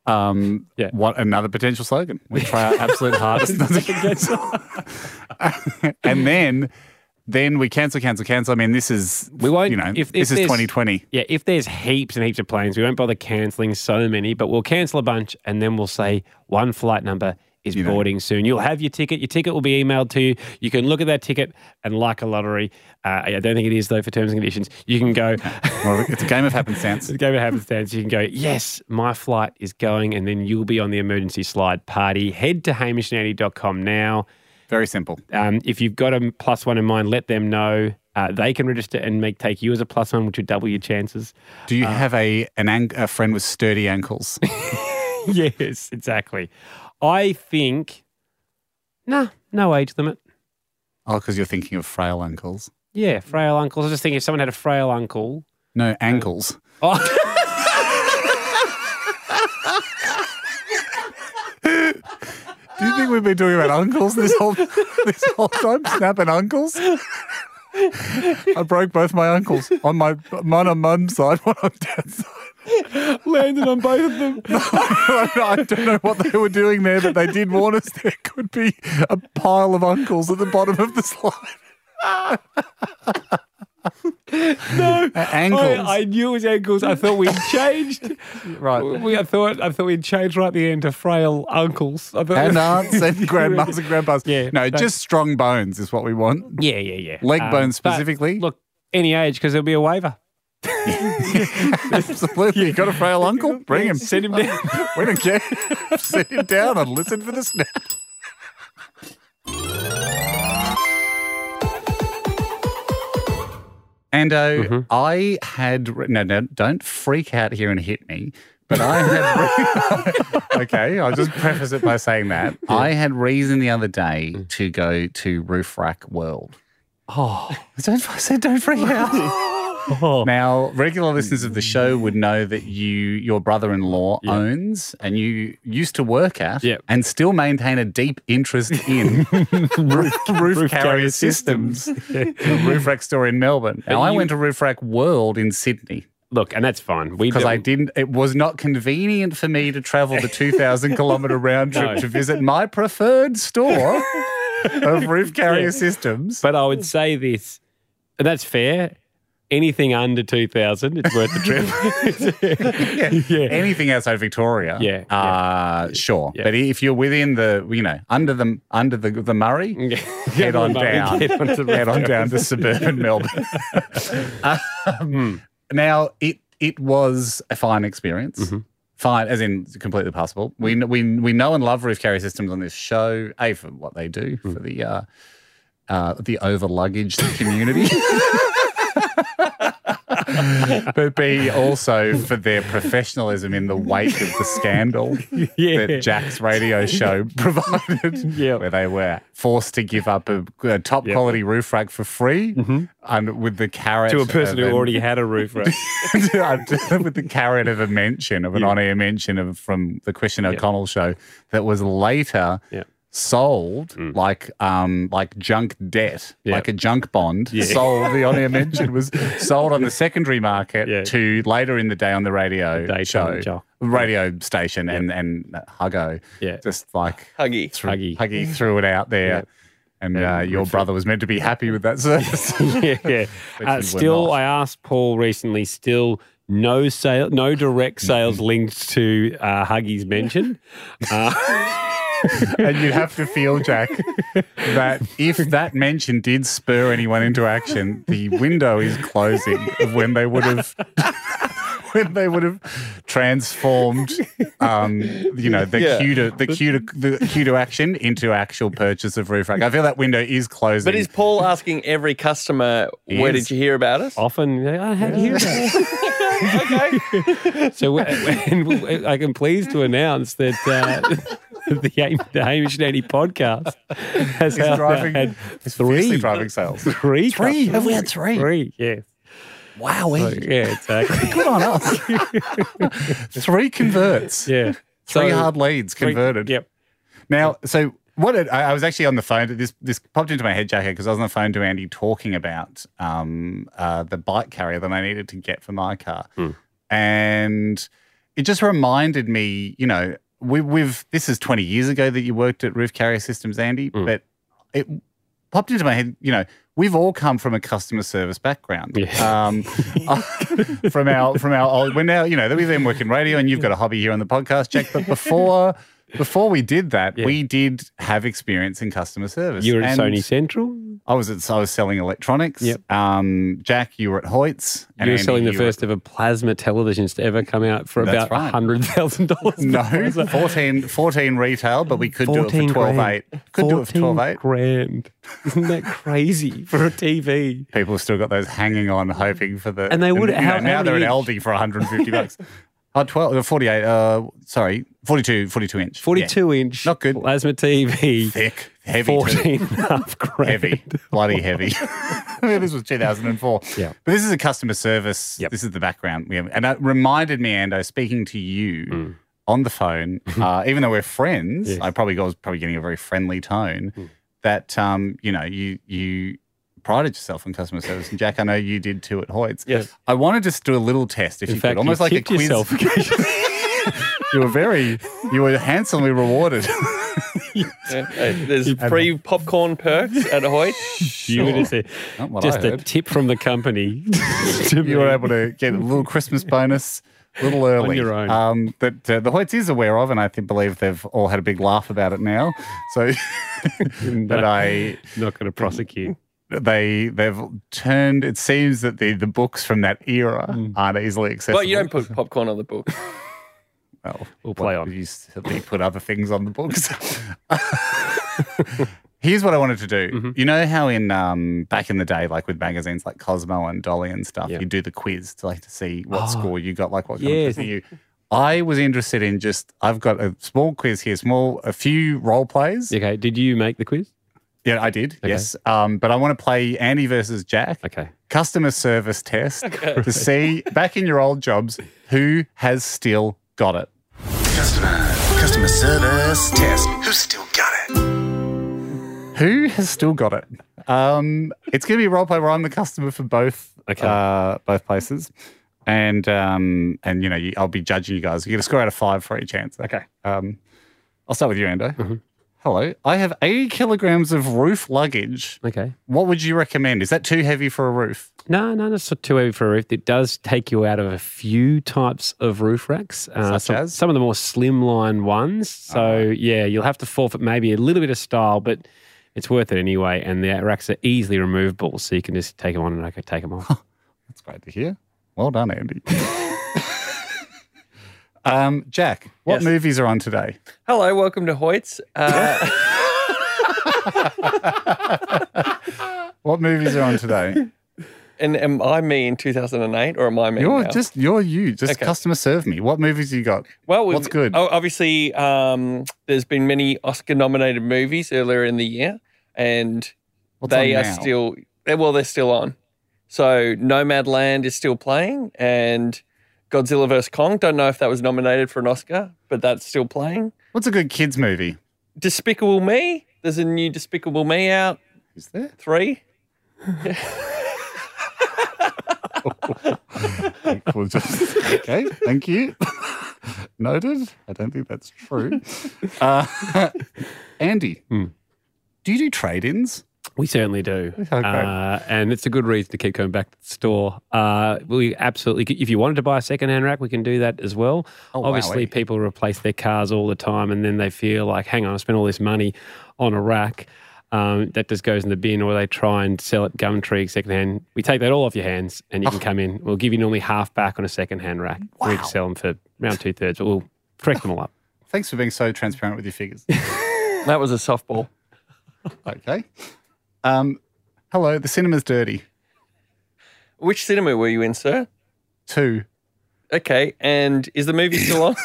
C: Um,
B: Yeah.
C: What another potential slogan? We try our absolute hardest not to cancel. and then, then we cancel, cancel, cancel. I mean, this is
B: We won't.
C: You know,
B: if, if
C: this is
B: there's-
C: 2020.
B: Yeah, if there's heaps and heaps of planes, we won't bother cancelling so many, but we'll cancel a bunch and then we'll say one flight number is
C: know.
B: boarding soon. You'll have your ticket. Your ticket will be emailed to you. You can look at that ticket and, like a lottery, uh, I don't think it is though for terms and conditions. You can go.
C: Well, it's a game of happenstance.
B: It's a game of happenstance. You can go, yes, my flight is going, and then you'll be on the emergency slide party. Head to hamishnandy.com now.
C: Very simple.
B: Um, if you've got a plus one in mind, let them know. Uh, they can register and make take you as a plus one, which would double your chances.
C: Do
B: Uh,
C: you have a an ang- a friend with sturdy ankles?
B: yes, exactly. I think, nah, no age limit.
C: oh, because you're thinking of frail uncles.
B: Yeah, frail uncles. I just think if someone had a frail uncle.
C: No, ankles.
B: Oh,
C: Do you think we've been talking about uncles this whole this whole time? Snapping uncles. I broke both my uncles on my one on mum's side, one on dad's side.
B: landed on both of them.
C: I don't know what they were doing there, but they did warn us there could be a pile of uncles at the bottom of the slide. no, ankles.
B: I, I knew it was ankles. I thought we'd changed.
C: right.
B: we, I thought I thought we'd changed right at the end to frail uncles. I thought
C: and aunts and grandmas and grandpas.
B: Yeah,
C: no,
B: that-
C: just strong bones is what we want.
B: yeah, yeah, yeah.
C: Leg
B: Um,
C: bones
B: but
C: specifically.
B: Look, any age because there'll be a waiver.
C: absolutely. You got a frail uncle? Bring him.
B: Send him down.
C: we don't care. Sit him down and listen for the snap. Ando, I had written- no, no, don't freak out here and hit me. But I had okay. I'll just preface it by saying that I had reason the other day to go to Roof Rack World.
F: Oh,
C: Don't I said don't freak out.
F: oh.
C: Now, regular listeners of the show would know that you, your brother-in-law, owns and you used to work at,
F: Yep.
C: and still maintain a deep interest in roof, roof, carrier systems. the roof rack store in Melbourne. Now, I went to Roof Rack World in Sydney
F: look, and that's fine. We
C: because I
F: don't-
C: didn't. It was not convenient for me to travel the two thousand kilometer round trip
F: No.
C: to visit my preferred store of roof carrier
F: Yeah.
C: systems.
F: But I would say this, and that's fair. Anything under two thousand, it's worth the trip.
C: yeah.
F: Yeah.
C: Anything outside Victoria,
F: Yeah, yeah.
C: uh, sure.
F: Yeah.
C: But if you're within the, you know, under the under the the Murray, head on down,
F: Get on to the
C: head on down to suburban Melbourne.
F: Hmm.
C: um, now it it was a fine experience.
F: Mm-hmm.
C: Fine, as in completely passable. We kn- we we know and love roof carrier systems on this show. A for what they do
F: Hmm.
C: for the uh, uh, the over luggage community. but B also for their professionalism in the wake of the scandal that Jack's radio show provided,
F: Yeah.
C: where they were forced to give up a, a top quality roof rack for free, and with the carrot
F: Mm-hmm. to a person
C: of
F: who
C: an-
F: already had a roof rack.
C: with the carrot of a mention of an on-air mention of from the Christian O'Connell show that was later
F: Yeah. Mm.
C: sold like um like junk debt,
F: Yeah.
C: like a junk bond. Sold the on-air mention was sold on the secondary market
F: Yeah.
C: to later in the day on the radio
F: Daytime
C: show,
F: show.
C: radio station, and and Huggo
F: Yeah.
C: just like
D: Huggy.
C: threw,
F: Huggy.
C: Huggy threw it out there. And uh, your brother was meant to be happy with that service.
F: yeah, yeah.
C: But you
F: Uh,
C: were
F: still,
C: not.
F: I asked Paul recently. Still, no sale, no direct sales linked to uh, Huggies mention.
C: and you'd have to feel, Jack, that if that mention did spur anyone into action, the window is closing of when they would have when they would have transformed, um, you know, the
D: Yeah.
C: cue to the cue to the cue to action into actual purchase of roof rack. I feel that window is closing.
D: But is Paul asking every customer,
C: He is.
D: where
C: Oh,
D: did you hear about us?
F: Often, "Oh, I had hear that. So, and I am pleased to announce that. Uh, The, Ham- the Hamish and Andy podcast has
C: He's
F: now
C: driving-
F: had
C: It's fiercely
F: three,
C: driving sales?
F: three,
C: Three? Have we had
F: customers. Three, yeah,
C: Wow, eh?
F: yeah, exactly,
C: good on us. three converts.
F: yeah.
C: Three
F: So-
C: hard leads
F: three-
C: converted.
F: Yep.
C: Now, so what it, I I was actually on the phone to this. This popped into my head, Jack, because I was on the phone to Andy talking about um, uh, the bike carrier that I needed to get for my car,
F: Hmm.
C: and it just reminded me. You know, we, we've this is twenty years ago that you worked at Roof Carrier Systems, Andy,
F: Hmm.
C: but it popped into my head. You know, we've all come from a customer service background. Um, from our from our old, we're now you know that we've been working radio, and you've got a hobby here on the podcast, Jack. But before before we did that,
F: Yeah.
C: we did have experience in customer service.
F: You were at
C: And
F: Sony Central.
C: I was at I was selling electronics.
F: Yep.
C: Um, Jack, you were at Hoyts.
F: you were selling the
C: were-
F: first ever plasma televisions to ever come out for
C: That's
F: about
C: right.
F: hundred thousand dollars.
C: No, 14, 14 retail, but we could do it for 12 8. Could do it for 12 8.
F: grand. Isn't that crazy for a TV?
C: People have still got those hanging on, hoping for the.
F: And they would-
C: you know,
F: how- how
C: now they're
F: many
C: at Aldi for 150 bucks. Uh, 12, uh, 48, uh, sorry, 42, 42 inch. Yeah.
F: Forty-two inch,
C: Not good.
F: plasma TV,
C: Thick, heavy. too.
F: 14 and a half grand.
C: heavy, bloody heavy. I mean, this was 2004.
F: Yeah.
C: But this is a customer service.
F: Yep.
C: This is the background. We have, and it reminded me, Ando, speaking to you on the phone, uh, even though we're friends,
F: Mm. Mm-hmm. Yes. Mm.
C: I probably got, was probably getting a very friendly tone. That um, you know, you you prided yourself on customer service, and Jack, I know you did too at Hoyts.
F: Yes.
C: I wanted to just do a little test, if
F: In
C: you
F: fact,
C: could, almost like a
F: tipped
C: quiz.
F: yourself occasionally.
C: You were very, you were handsomely rewarded.
D: Yeah. Hey, There's free popcorn perks at Hoyt.
F: You were just a,
C: Not what I
F: just a
C: heard.
F: tip from the company. to
C: you
F: me.
C: were able to get a little Christmas bonus a little early.
F: your own.
C: Um, that uh, the Hoyts is aware of, and I think, believe they've all had a big laugh about it now. So that I
F: not going to prosecute.
C: they they've turned. It seems that the the books from that era aren't easily accessible.
D: But you don't put popcorn on the book.
C: Well,
F: We'll play on.
C: You certainly put other things on the books. Here's what I wanted to do.
F: Mm-hmm.
C: You know how in um, back in the day, like with magazines like Cosmo and Dolly and stuff, you do the quiz to like to see what score you got, like what kind
F: Ah, Yes.
C: of person you. I was interested in just I've got a small quiz here, small a few role plays. Yeah,
F: Okay. Did you make the quiz?
C: I did. Yes, um, but I want to play Andy versus Jack.
F: Okay.
C: Customer service test to see back in your old jobs who has still got it.
H: Customer, customer service test. Who's still got it?
C: Who has still got it? Um, it's going to be a role play where I'm the customer for both
F: Okay.
C: uh, both places, and um, and you know you, I'll be judging you guys. You get a score out of five for each answer. Okay. Um, I'll start with you, Ando. Hello, I have 80 kilograms of roof luggage.
F: Okay.
C: What would you recommend? Is that too heavy for a roof?
F: No, no, that's not too heavy for a roof. It does take you out of a few types of roof racks, uh,
C: Such
F: some,
C: as?
F: some of the more slimline ones. So yeah, you'll have to forfeit maybe a little bit of style, but it's worth it anyway. And the racks are easily removable, so you can just take them on and I could take them off.
C: That's great to hear. Well done, Andy. um, Jack, what
D: Yes.
C: movies are on today?
D: Hello, welcome to Hoyts. Uh,
C: What movies are on today?
D: and am I me in 2008 or am I me
C: You're
D: now?
C: just you're you. Just
D: Okay.
C: customer serve me. What movies you got?
D: well, we've-
C: what's good?
D: Oh, obviously, um, there's been many Oscar-nominated movies earlier in the year, and
C: What's
D: they
C: on
D: are
C: now?
D: still eh, well, they're still on. So Nomad Land is still playing, and Godzilla vs Kong. Don't know if that was nominated for an Oscar, but that's still playing.
C: What's a good kids movie?
D: Despicable Me. There's a new Despicable Me out.
C: Is there?
D: Three.
C: We'll just- okay. Thank you. Noted. I don't think that's true. Uh, Andy,
D: Hmm.
C: do you do trade-ins?
F: We certainly do,
C: great.
F: uh, and it's a good reason to keep going back to the store. Uh, we absolutely, if you wanted to buy a second-hand rack, we can do that as well.
C: Oh,
F: Obviously,
C: wowee.
F: people replace their cars all the time, and then they feel like, hang on, I spent all this money on a rack. Um, that just goes in the bin, or they try and sell it Gumtree secondhand. We take that all off your hands, and you
D: Oh.
F: can come in. We'll give you normally half back on a secondhand rack. We sell them for around two thirds, but we'll correct them all up.
C: Thanks for being so transparent with your figures.
D: That was a softball.
C: okay. Um, hello. The cinema's dirty.
D: Which cinema were you in, sir?
C: Two.
D: Okay, and is the movie still on?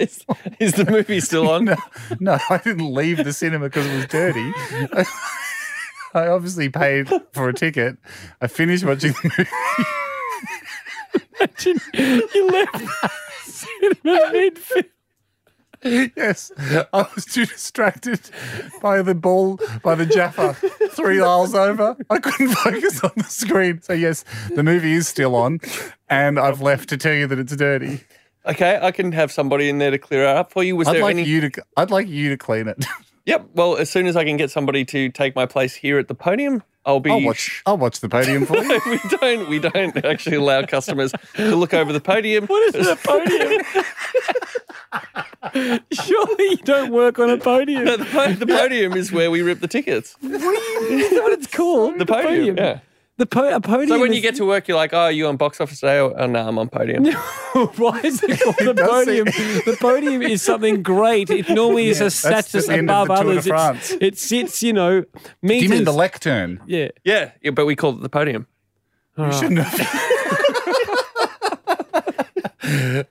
D: is, is the movie still on?
C: No, no, I didn't leave the cinema because it was dirty. I obviously paid for a ticket. I finished watching the movie.
F: you left cinema midfield.
C: Yes, I was too distracted by the ball, by the Jaffa, three miles over. I couldn't focus on the screen. So, yes, the movie is still on, and I've left to tell you that it's dirty.
D: Okay, I can have somebody in there to clear it up for you. Was
C: I'd
D: there
C: like
D: any?
C: you to. I'd like you to clean it.
D: Yep. Well, as soon as I can get somebody to take my place here at the podium, I'll be.
C: I'll watch. I'll watch the podium for you.
D: we don't. We don't actually allow customers to look over the podium. What is the podium?
F: Surely you don't work on a podium.
D: the, po- the podium is where we rip the tickets. The
F: Is that what it's called?
D: podium. Yeah.
F: The po- a podium.
D: So when you get to work, you're like, "Oh, are you on box office day?" Or, "Oh no, I'm on podium."
F: Why is it called the
C: does
F: podium? The podium is something great. It normally is a
C: that's the
F: status
C: end of
F: above
C: the Tour de
F: others. It's-
C: France.
F: it sits, you know, meters.
C: Do you mean the lectern?
F: yeah.
D: Yeah, yeah, but we call it the podium.
C: You
D: Ah.
C: shouldn't have.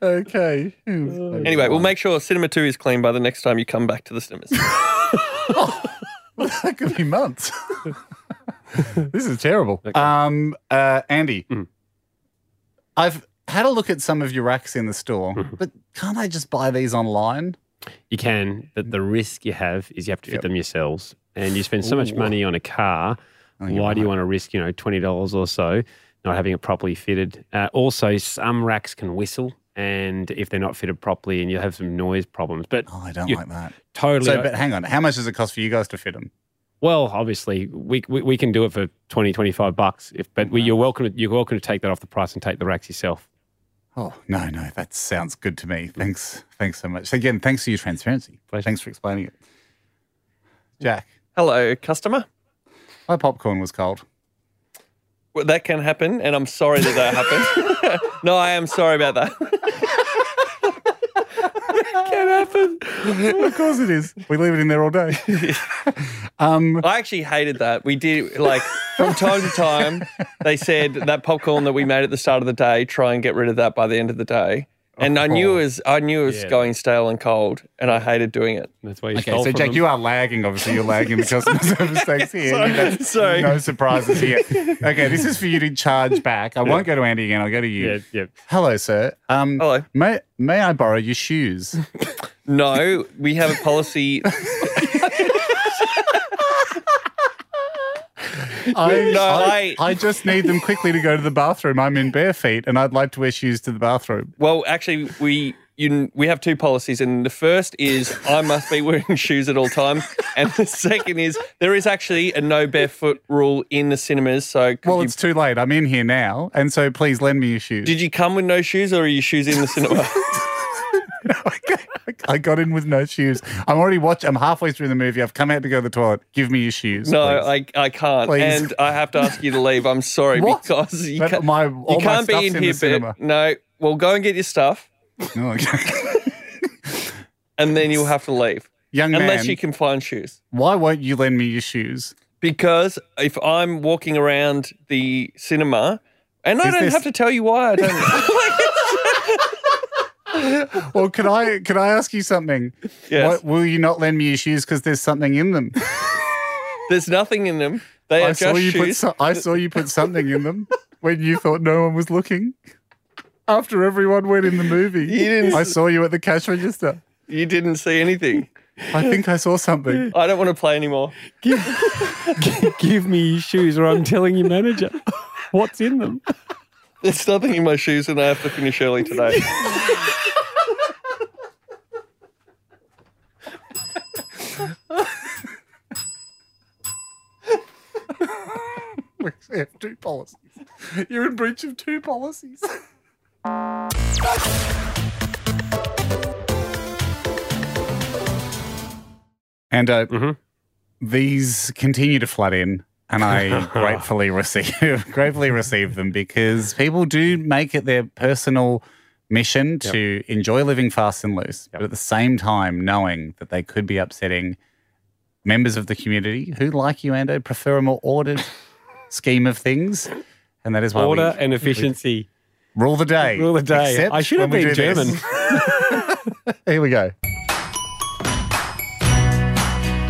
C: okay.
D: Anyway, we'll make sure Cinema 2 is clean by the next time you come back to the cinemas.
C: that could be months. this is terrible. Um, uh, Andy,
D: Mm.
C: I've had a look at some of your racks in the store,
D: Mm-hmm.
C: but can't I just buy these online?
F: You can, but the risk you have is you have to fit them yourselves, and you spend so much money on a car.
C: you're
F: why do you want to risk, you know, twenty dollars or so not having it properly fitted? Uh, also, some racks can whistle, and if they're not fitted properly, and you'll have some noise problems. But
C: Oh, I don't
F: You-
C: like that.
F: totally, uh,
C: So, but hang on, how much does it cost for you guys to fit them?
F: Well, obviously, we, we, we can do it for 20, 25 bucks, if, but we, you're, welcome to, you're welcome to take that off the price and take the racks yourself.
C: Oh no, no, that sounds good to me. Thanks, thanks so much. Again, thanks for your transparency. Thanks for explaining it, Jack.
D: Hello, customer.
C: My popcorn was cold.
D: Well, that can happen, and I'm sorry that that happened. no, I am sorry about that.
F: that happen?
C: of course it is. We leave it in there all day. um,
D: I actually hated that. We did like from time to time. They said that popcorn that we made at the start of the day, try and get rid of that by the end of the day. And I knew it was I knew it was going stale and cold, and I hated doing it.
F: That's why you
C: okay,
F: stole
C: so
F: from
C: Jack,
F: them.
C: you are lagging. Obviously, you're lagging the customer service tax here. That's
D: sorry.
C: No surprises here. Okay, this is for you to charge back. I won't go to Andy again. I'll go to you.
F: Yeah, yeah.
C: Hello, sir. Um,
D: Hello.
C: May may I borrow your shoes?
D: No, we have a policy.
C: I,
D: No,
C: I,
D: I-
C: I just need them quickly to go to the bathroom. I'm in bare feet and I'd like to wear shoes to the bathroom.
D: Well, actually, we you, we have two policies, and the first is I must be wearing shoes at all times, and the second is there is actually a no barefoot rule in the cinemas. So, could
C: Well,
D: you-
C: it's too late. I'm in here now. And so please lend me your shoes.
D: did you come with no shoes, or are your shoes in the cinema?
C: I got in with no shoes. I'm already watching. I'm halfway through the movie. I've come out to go to the toilet. Give me your shoes.
D: No,
C: please.
D: I, I can't.
C: Please.
D: And I have to ask you to leave. I'm sorry
C: What?
D: because you
C: But
D: can't,
C: my- all
D: you
C: my
D: can't
C: stuff's
D: be
C: in
D: in
C: the
D: here.
C: cinema.
D: but- no, well, go and get your stuff,
C: No, okay.
D: and then you'll have to leave
C: Young
D: unless
C: man,
D: you can find shoes.
C: why won't you lend me your shoes?
D: Because if I'm walking around the cinema, and I
C: Is
D: don't
C: this-
D: have to tell you why, I don't.
C: Well, can I can I ask you something?
D: Yes.
C: Why- will you not lend me your shoes because there's something in them?
D: There's nothing in them. They are
C: I saw
D: just
C: you put
D: shoes.
C: so- I saw you put something in them when you thought no one was looking. After everyone went in the movie,
D: didn't-
C: I saw you at the cash register.
D: you didn't see anything.
C: I think I saw something.
D: I don't want to play anymore.
F: Give me your shoes, or I'm telling your manager what's in them.
D: There's nothing in my shoes, and I have to finish early today.
C: We have two policies. You're in breach of two policies. And uh, these continue to flood in, and I gratefully receive gratefully receive them because people do make it their personal mission to enjoy living fast and loose, but at the same time knowing that they could be upsetting members of the community who, like you, Ando, prefer a more ordered scheme of things. And that is why
F: Order
C: we
F: and efficiency.
C: rule the day.
F: Rule the day.
C: Except
F: I should have
C: when we
F: been
C: do
F: German.
C: this. Here we go.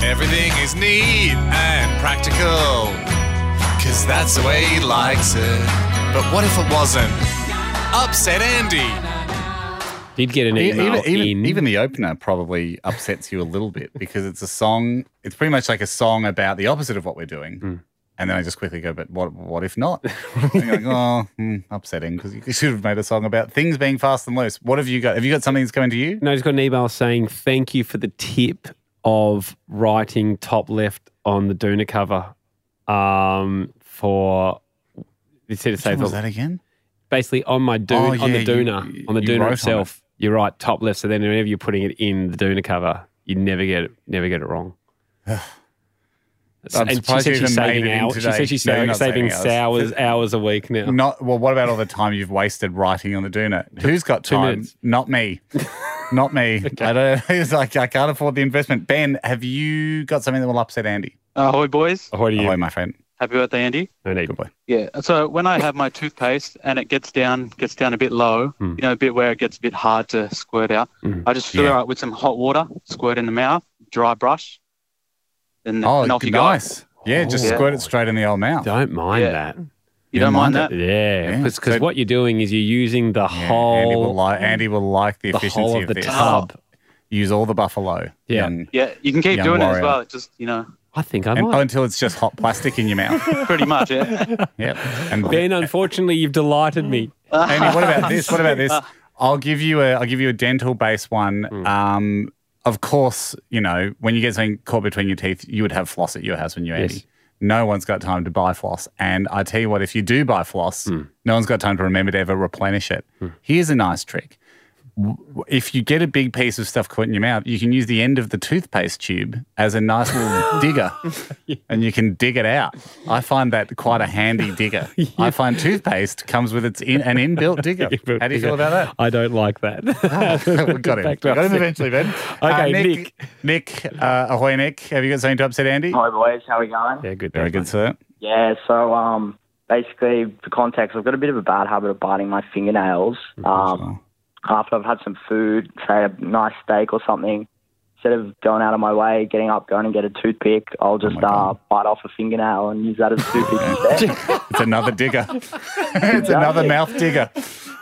H: Everything is neat and practical, because that's the way he likes it. But what if it wasn't? Upset Andy.
F: Did get an
C: E-
F: email
C: Even, even,
F: in.
C: even the opener probably upsets you a little bit because it's a song. It's pretty much like a song about the opposite of what we're doing.
F: Hmm.
C: And then I just quickly go, but what? What if not? And you're like, oh, hmm, upsetting because you should have made a song about things being fast and loose. What have you got? Have you got something that's coming to you?
F: No, I just got an email saying thank you for the tip of writing top left on the Duna cover. Um, for it said it
C: What
F: says
C: was that again?
F: basically on my Duna
C: Oh,
F: on
C: yeah,
F: the
C: you-
F: Duna
C: you-
F: on the
C: you wrote
F: Duna
C: on
F: itself. You write top left, so then whenever you're putting it in the Duna cover, you never get it, never get it wrong.
C: I'm
F: and she
C: surprised
F: said
C: you
F: she's
C: even made
F: saving
C: it in
F: hours. She
C: today.
F: said she's
C: No, you're
F: saving,
C: not saving
F: saving
C: hours.
F: hours hours a week now.
C: Not well. What about all the time you've wasted writing on the Duna? Who's got
F: Two
C: time?
F: minutes.
C: Not me. Not me. I don't. It's like I can't afford the investment. Ben, have you got something that will upset Andy?
G: Ahoy, boys.
F: What do you?
C: Hello, my friend.
G: Happy birthday, Andy.
F: no need.
C: Good boy.
G: Yeah. So when I have my toothpaste and it gets down, gets down a bit low,
I: Hmm.
G: you know, a bit where it gets a bit hard to squirt out,
F: Mm.
G: I just fill
C: Yeah.
G: it up with some hot water, squirt in the mouth, dry brush, and,
C: Oh,
G: and off you go.
C: nice. Yeah, just
G: Yeah.
C: squirt it straight in the old mouth.
F: Don't mind
G: Yeah.
F: that.
G: You don't mind that?
F: Yeah,
C: Yeah.
F: because
C: So-
F: what you're doing is you're using the
C: Yeah, Andy will
F: whole
C: like. Andy will like the
F: the
C: efficiency
F: whole of the
C: this.
F: tub.
C: Use all the buffalo.
F: Yeah.
C: and,
G: Oh, Yeah, you can keep
C: Young
G: doing it
C: warrior.
G: as well. It just you know,
F: I think I
C: and
F: might.
C: until it's just hot plastic in your mouth.
G: pretty much. Yeah.
C: yep. And
F: Ben, unfortunately, you've delighted me.
C: Amy, what about this? What about this? I'll give you a I'll give you a dental based one. Um, of course, you know when you get something caught between your teeth, you would have floss at your house when you Andy.
F: Yes.
C: No one's got time to buy floss, and I tell you what, if you do buy floss, no one's got time to remember to ever replenish it. Here's a nice trick: if you get a big piece of stuff caught in your mouth, you can use the end of the toothpaste tube as a nice little digger and you can dig it out. I find that quite a handy digger. I find toothpaste comes with its in, an inbuilt digger.
B: Inbuilt
C: How do you
B: digger.
C: feel about that?
B: I don't like that.
C: we got him. We
B: Back to
C: got
B: us.
C: him eventually, Ben. Uh,
B: Okay,
C: Nick. Nick, uh, ahoy, Nick. Have you got something to upset Andy?
J: Hi boys, how we going?
B: Yeah, good.
C: Very
B: thanks,
C: good, sir.
J: Yeah, so um, basically, for context, I've got a bit of a bad habit of biting my fingernails.
G: Mm-hmm.
J: Um, after I've had some food, say a nice steak or something, instead of going out of my way, getting up, going and get a toothpick,
G: Oh
J: I'll just uh, bite off a fingernail and use that as a toothpick instead.
C: It's another digger. it's another mouth digger.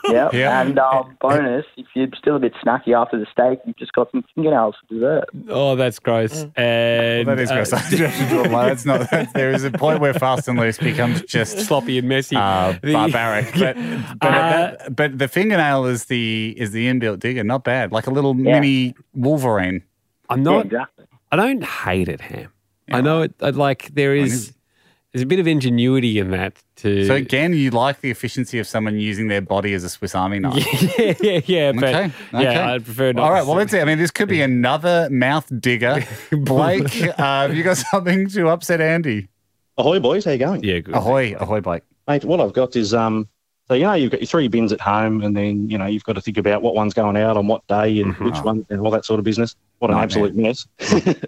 J: Yep.
C: Yeah.
J: And uh, bonus, if you're still a bit snacky after the steak, you've just got some fingernails for dessert.
B: mate. Oh, that's gross. And
C: Mm. That is
B: uh,
C: gross. I do have to draw a line. That's not. That's, there is a point where fast and loose becomes just
B: sloppy and messy.
C: uh,
B: The-
C: barbaric. But but,
B: Uh,
C: that, but the fingernail is the is the inbuilt digger. Not bad. Like a little mini Wolverine.
B: I'm
J: Yeah,
B: not.
J: exactly.
B: I don't hate it, Ham. I know it. I like there is. There's a bit of ingenuity in that. To
C: So again, you like the efficiency of someone using their body as a Swiss Army knife.
B: yeah, yeah, yeah. But
C: Okay, okay.
B: yeah, I'd prefer not.
C: All
B: to
C: right, well,
B: say-
C: let's see. I mean, this could be another mouth digger. Blake, uh, have you got something to upset Andy?
I: Ahoy, boys. How you going?
B: yeah, good.
C: Ahoy, ahoy, Blake.
I: Mate, what I've got is, um, so, you know, you've got your three bins at home and then, you know, you've got to think about what one's going out on what day and which one and all that sort of business. What an
C: Nightmare.
I: absolute mess.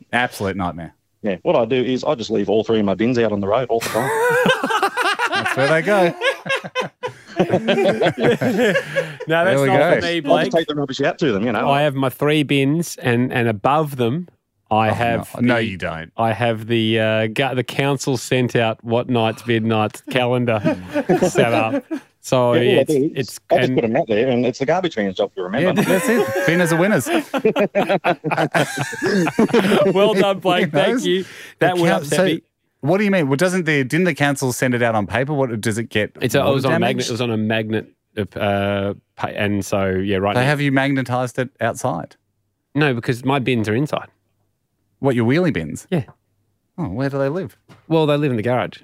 C: Absolute nightmare.
I: yeah. What I do is I just leave all three of my bins out on the road all the time.
C: That's where they go.
B: No, that's not for
C: we go.
B: me,
I: I just
B: Blake.
I: take the rubbish out to them, you know.
B: I have my three bins, and and above them, I have.
C: Oh, no, no,
B: the-
C: you don't.
B: I have the uh, gu- the council sent out what nights bid nights calendar set up. So
I: Yeah, all I
B: it's
I: do is
B: it's
I: I just put
B: and
I: them out there, and it's the garbage man's job to
C: Yeah,
I: remember.
C: that's it. Winners are winners.
B: well done, Blake.
C: You know,
B: Thank you. That
C: The
B: would
C: coun-
B: upset
C: so
B: me.
C: What do you mean? Well, doesn't the didn't the council send it out on paper? What does it get?
B: It's a, it
C: water
B: was on a magnet.
C: damage?
B: It was on a magnet. Uh, pa- and so yeah, right.
C: They
B: now-
C: have you magnetized it outside?
B: no because my bins are inside.
C: What your wheelie bins?
B: Yeah.
C: Oh, where do they live?
B: Well, they live in the garage.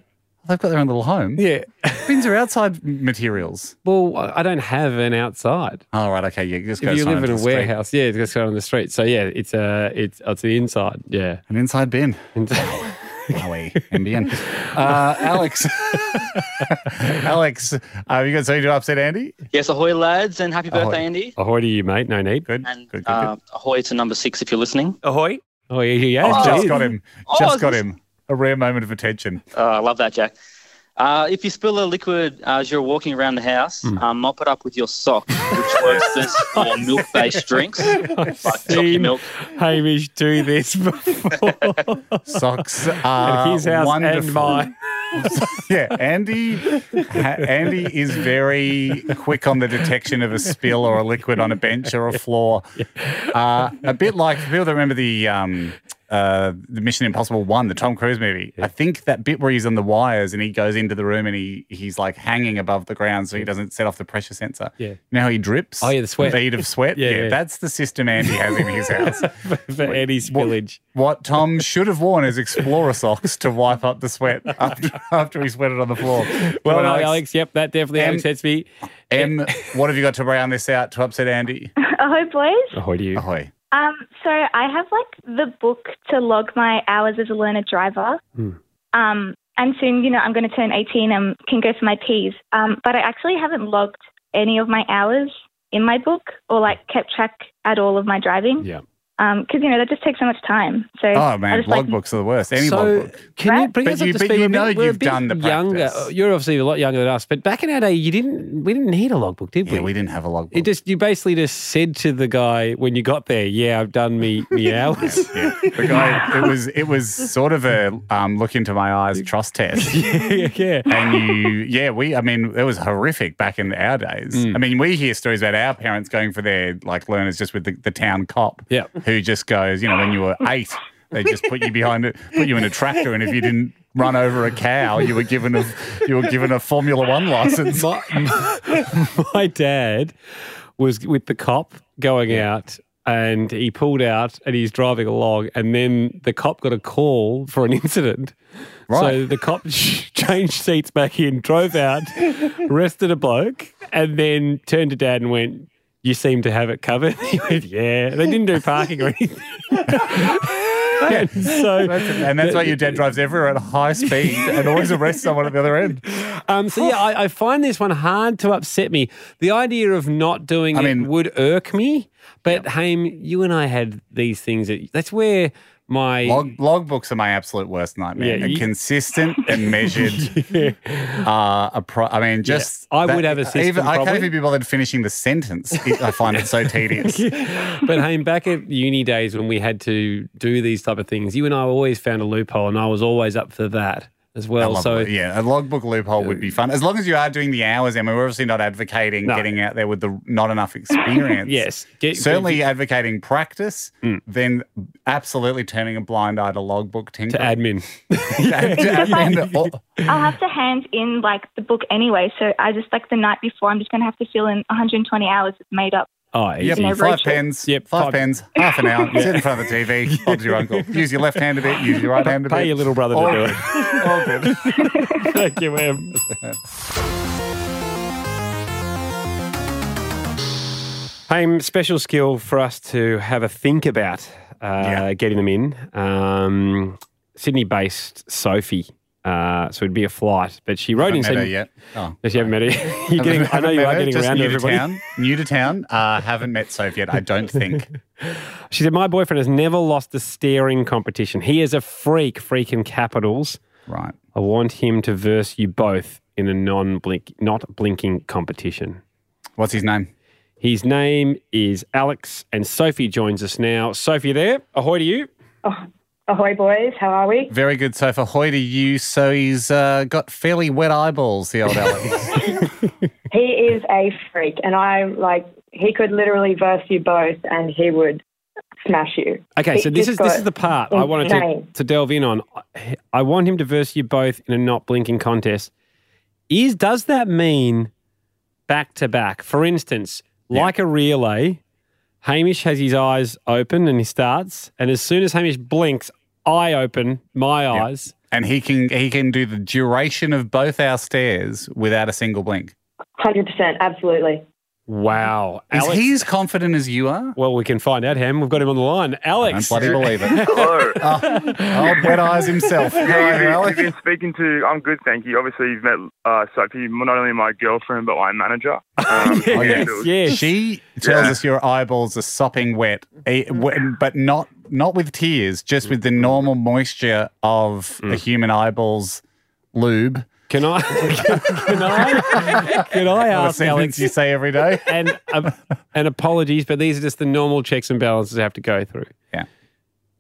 C: They've got their own little home.
B: Yeah.
C: Bins are outside materials.
B: Well, I I don't have an outside.
C: All right. Okay. Yeah. Just
B: If
C: goes
B: you
C: on
B: live in
C: onto
B: a
C: the street.
B: warehouse, yeah, it goes out on the street. So yeah, it's uh, it's it's the inside. Yeah.
C: an inside bin. Wowie. NBN. Uh, Alex. Alex, uh, have you got something to upset Andy?
K: Yes, ahoy, lads, and happy
C: Ahoy.
K: birthday, Andy.
B: Ahoy to you, mate. No need.
C: Good.
K: And
C: good. Good.
K: uh, ahoy to number six if you're listening.
D: Ahoy.
B: Oh yeah, yeah.
C: good.
B: yeah.
C: Just got him.
K: Oh,
C: Just got
K: this-
C: him. A rare moment of attention.
K: Oh, I love that, Jack. Uh, if you spill a liquid as you're walking around the house,
C: Hmm.
K: um, mop it up with your sock, which works this for milk-based drinks.
L: Uh,
K: Like chocolate
B: seen-
K: milk.
B: Hamish do this before
C: Socks are
B: his house
C: wonderful.
B: and mine.
C: yeah, Andy. ha- Andy is very quick on the detection of a spill or a liquid on a bench or a floor. Uh, a bit like for people that remember the um, uh, the Mission Impossible One, the Tom Cruise movie. I think that bit where he's on the wires and he goes into the room and he he's like hanging above the ground so he doesn't set off the pressure sensor.
B: Yeah.
C: Now he drips.
B: Oh, yeah, the sweat.
C: Bead of sweat.
B: Yeah,
C: yeah,
B: yeah.
C: that's the system Andy has in his house.
B: for any spillage.
C: What Tom should have worn is explorer socks to wipe up the sweat after, after he sweated on the floor.
B: Well,
C: Come on,
B: no, Alex. Yep, that definitely
C: Em-
B: upsets me.
C: Em, what have you got to round this out to upset Andy?
L: Ahoy, boys.
C: Oh,
B: Ahoy to you.
C: Ahoy.
L: Um, so I have like the book to log my hours as a learner driver.
C: Hmm.
L: Um, and soon, you know, I'm going to turn 18 and can go for my P's. Um, but I actually haven't logged any of my hours in my book or like kept track at all of my driving.
B: Yeah.
L: Because, you know, that just takes so much time. So
C: Oh
L: I
C: man,
L: just, like,
C: logbooks are the worst. Any
B: So,
C: logbook.
B: can you bring
C: But
B: us up
C: you-
B: to
C: but
B: speed?
C: you
B: We're a
C: know
B: bit- we're a
C: you've
B: bit
C: done the
B: younger.
C: practice.
B: You're obviously a lot younger than us, but back in our day, you didn't. We didn't need a logbook, did we?
C: Yeah, we didn't have a logbook.
B: It just you basically just said to the guy when you got there, "Yeah, I've done me me hours."
C: Yeah. The guy, it was it was sort of a um, look into my eyes trust test.
B: yeah, yeah.
C: And you, yeah, we, I mean, it was horrific back in our days.
B: Mm.
C: I mean, we hear stories about our parents going for their like learners just with the, the town cop,
B: Yep.
C: who just goes, you know, when you were eight, they just put you behind it, put you in a tractor, and if you didn't run over a cow, you were given a you were given a Formula One license.
B: my, my dad was with the cop going out and he pulled out and he's driving along and then the cop got a call for an incident so
C: Right.
B: the cop changed seats back in drove out arrested a bloke and then turned to dad and went you seem to have it covered. He went, yeah, they didn't do parking or anything. and so,
C: and that's why your dad drives everywhere at high speed and always arrests someone at the other end.
B: Um, so yeah, I, I find this one hard to upset me. The idea of not doing
C: I
B: it
C: mean-
B: would irk me, but Haim, you and I had these things. That, that's where my
C: Log logbooks are my absolute worst nightmare.
B: Yeah,
C: A
B: you-
C: consistent and measured. uh, a pro- I mean, just
B: I would have a system,
C: Even, I can't
B: probably.
C: even be bothered finishing the sentence. It- I find it so tedious.
B: but hey, back at uni days when we had to do these type of things, you and I always found a loophole, and I was always up for that as
C: I
B: well.
C: love
B: So
C: it. yeah, a logbook loophole would be fun as long as you are doing the hours. I mean, we're obviously not advocating
B: No.
C: getting out there with the not enough experience.
B: yes, Mm. get,
C: certainly advocating practice, then absolutely turning a blind eye to logbook
B: to
C: tinkering.
B: admin.
C: To admin or-
L: I'll have to hand in like the book anyway, so I just like the night before, I'm just going to have to fill in 120 hours of made up.
B: Oh,
C: Yep,
B: easy.
L: Yeah,
C: five
L: Rachel.
C: pens.
B: Yep,
C: five,
B: five-
C: pens. Half an hour. Sit in front of the TV. Bob's your uncle. Use your left hand a bit. Use your right hand a bit.
B: Pay your Oh, little brother to
C: All
B: do
C: good. All good.
B: Thank you, Em. Haim, special skill for us to have a think about uh,
C: Yeah.
B: getting them in. Um, Sydney based Sophie. Uh, so it'd be a flight, but she wrote in
C: Haven't met her
B: saying,
C: yet. Oh.
B: Yes, you haven't met her. You're getting, I
C: Haven't
B: know you
C: met
B: are
C: her,
B: getting
C: just
B: around to
C: new to
B: everybody.
C: town. New to town. Uh, haven't met Soph yet. I don't think.
B: She said, My boyfriend has never lost a staring competition. He is a freak, freaking capitals.
C: right.
B: I want him to verse you both in a non blink, not blinking competition.
C: What's his name?
B: His name is Alex, and Sophie joins us now. Sophie, there. Ahoy to you.
M: Ahoy, boys. How are we?
C: Very good, Soph. Ahoy to you. So he's uh, got fairly wet eyeballs, the old Alex.
M: He is a freak, and I'm like, he could literally verse you both, and he would smash you.
B: Okay, so this is this is the part I wanted to,
M: insane.
B: to delve in on. I- I want him to verse you both in a not blinking contest. Is does that mean back to back? For instance, like a relay, Hamish has his eyes open and he starts, and as soon as Hamish blinks, I open my
C: Yeah.
B: eyes.
C: and he can he can do the duration of both our stares without a single blink.
M: hundred percent, absolutely.
B: Wow,
C: Is
B: Alex.
C: he as confident as you are?
B: well, we can find out, Ham. We've got him on the line.
C: I don't
B: Alex.
C: bloody believe it.
N: Hello.
C: Old wet eyes himself. How are you,
N: You've
C: Alex?
N: been speaking to. I'm good, thank you. Obviously, you've met uh, Sophie, not only my girlfriend but my manager. Um,
C: Oh,
N: yeah,
C: yes,
N: so-
B: yes.
C: She tells
N: Yeah.
C: us your eyeballs are sopping wet, eh, w- but not not with tears, just with the normal moisture of
N: Mm.
C: a human eyeballs lube.
B: Can I? Can I? Can I
C: A
B: ask
C: sentence
B: Alex?
C: you say every day.
B: and um, and apologies, but these are just the normal checks and balances I have to go through.
C: Yeah.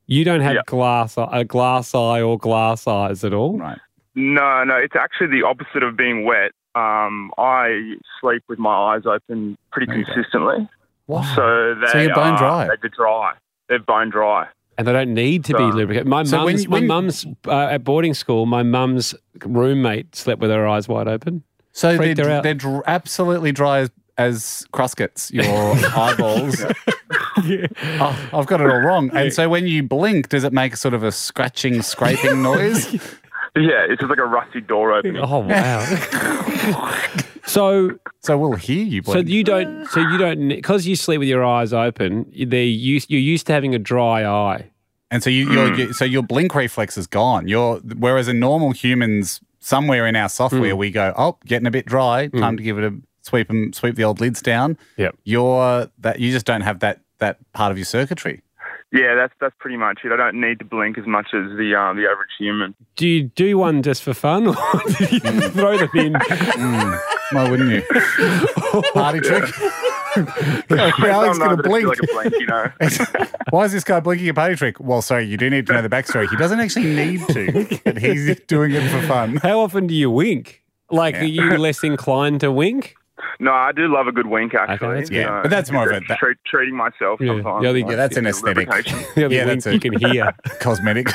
B: You don't have
N: Yeah.
B: glass eye- a glass eye or glass eyes at all.
C: Right.
N: No, no, it's actually the opposite of being wet. Um, I sleep with my eyes open pretty
C: Okay.
N: consistently,
C: What?
N: so they
C: So you're bone
N: are-
C: dry.
N: They're dry. They're bone dry.
B: And they don't need to be
N: So-
B: lubricated. My
C: So when
B: mum's
C: you-
B: my
C: when-
B: mum's uh, at boarding school. My mum's roommate slept with her eyes wide open.
C: So they're,
B: Freaked her out.
C: they're dr- absolutely dry as, as cruscuts, your eyeballs. oh, I've got it all wrong. And so when you blink, does it make sort of a scratching, scraping noise?
N: Yeah, it's just like a rusty door opening.
B: Oh wow! so
C: So we'll hear you
B: so
C: blink.
B: you don't so you don't because you sleep with your eyes open. They used you're used to having a dry eye.
C: And so you,
N: Mm.
C: your, your so your blink reflex is gone. Your whereas in normal humans, somewhere in our
N: Mm.
C: software, we go, oh, getting a bit dry. Time to give it a sweep and sweep the old lids down.
B: Yep.
C: Your that you just don't have that that part of your circuitry.
N: Yeah, that's that's pretty much it. I don't need to blink as much as the um, the average human.
B: Do you do one just for fun, or do you throw them in?
C: Mm. Why wouldn't you? Party trick. Alex
N: Sometimes I
C: gonna
N: just feel
C: blink.
N: like a blink, you know.
C: Why is this guy blinking a party trick? Well, sorry, you do need to know the backstory. He doesn't actually need to, but he's doing it for fun.
B: How often do you wink? Like,
C: Yeah.
B: are you less inclined to wink?
N: No, I do love a good wink actually.
B: that's
N: you
C: good.
N: know.
C: But that's more of a-
N: Treat- treat- treating myself
B: Yeah.
N: sometimes.
B: The other- yeah,
C: that's an
N: The
C: aesthetic.
N: lubrication.
B: The other
C: Yeah,
B: wink
C: that's
B: you can hear.
C: Cosmetic,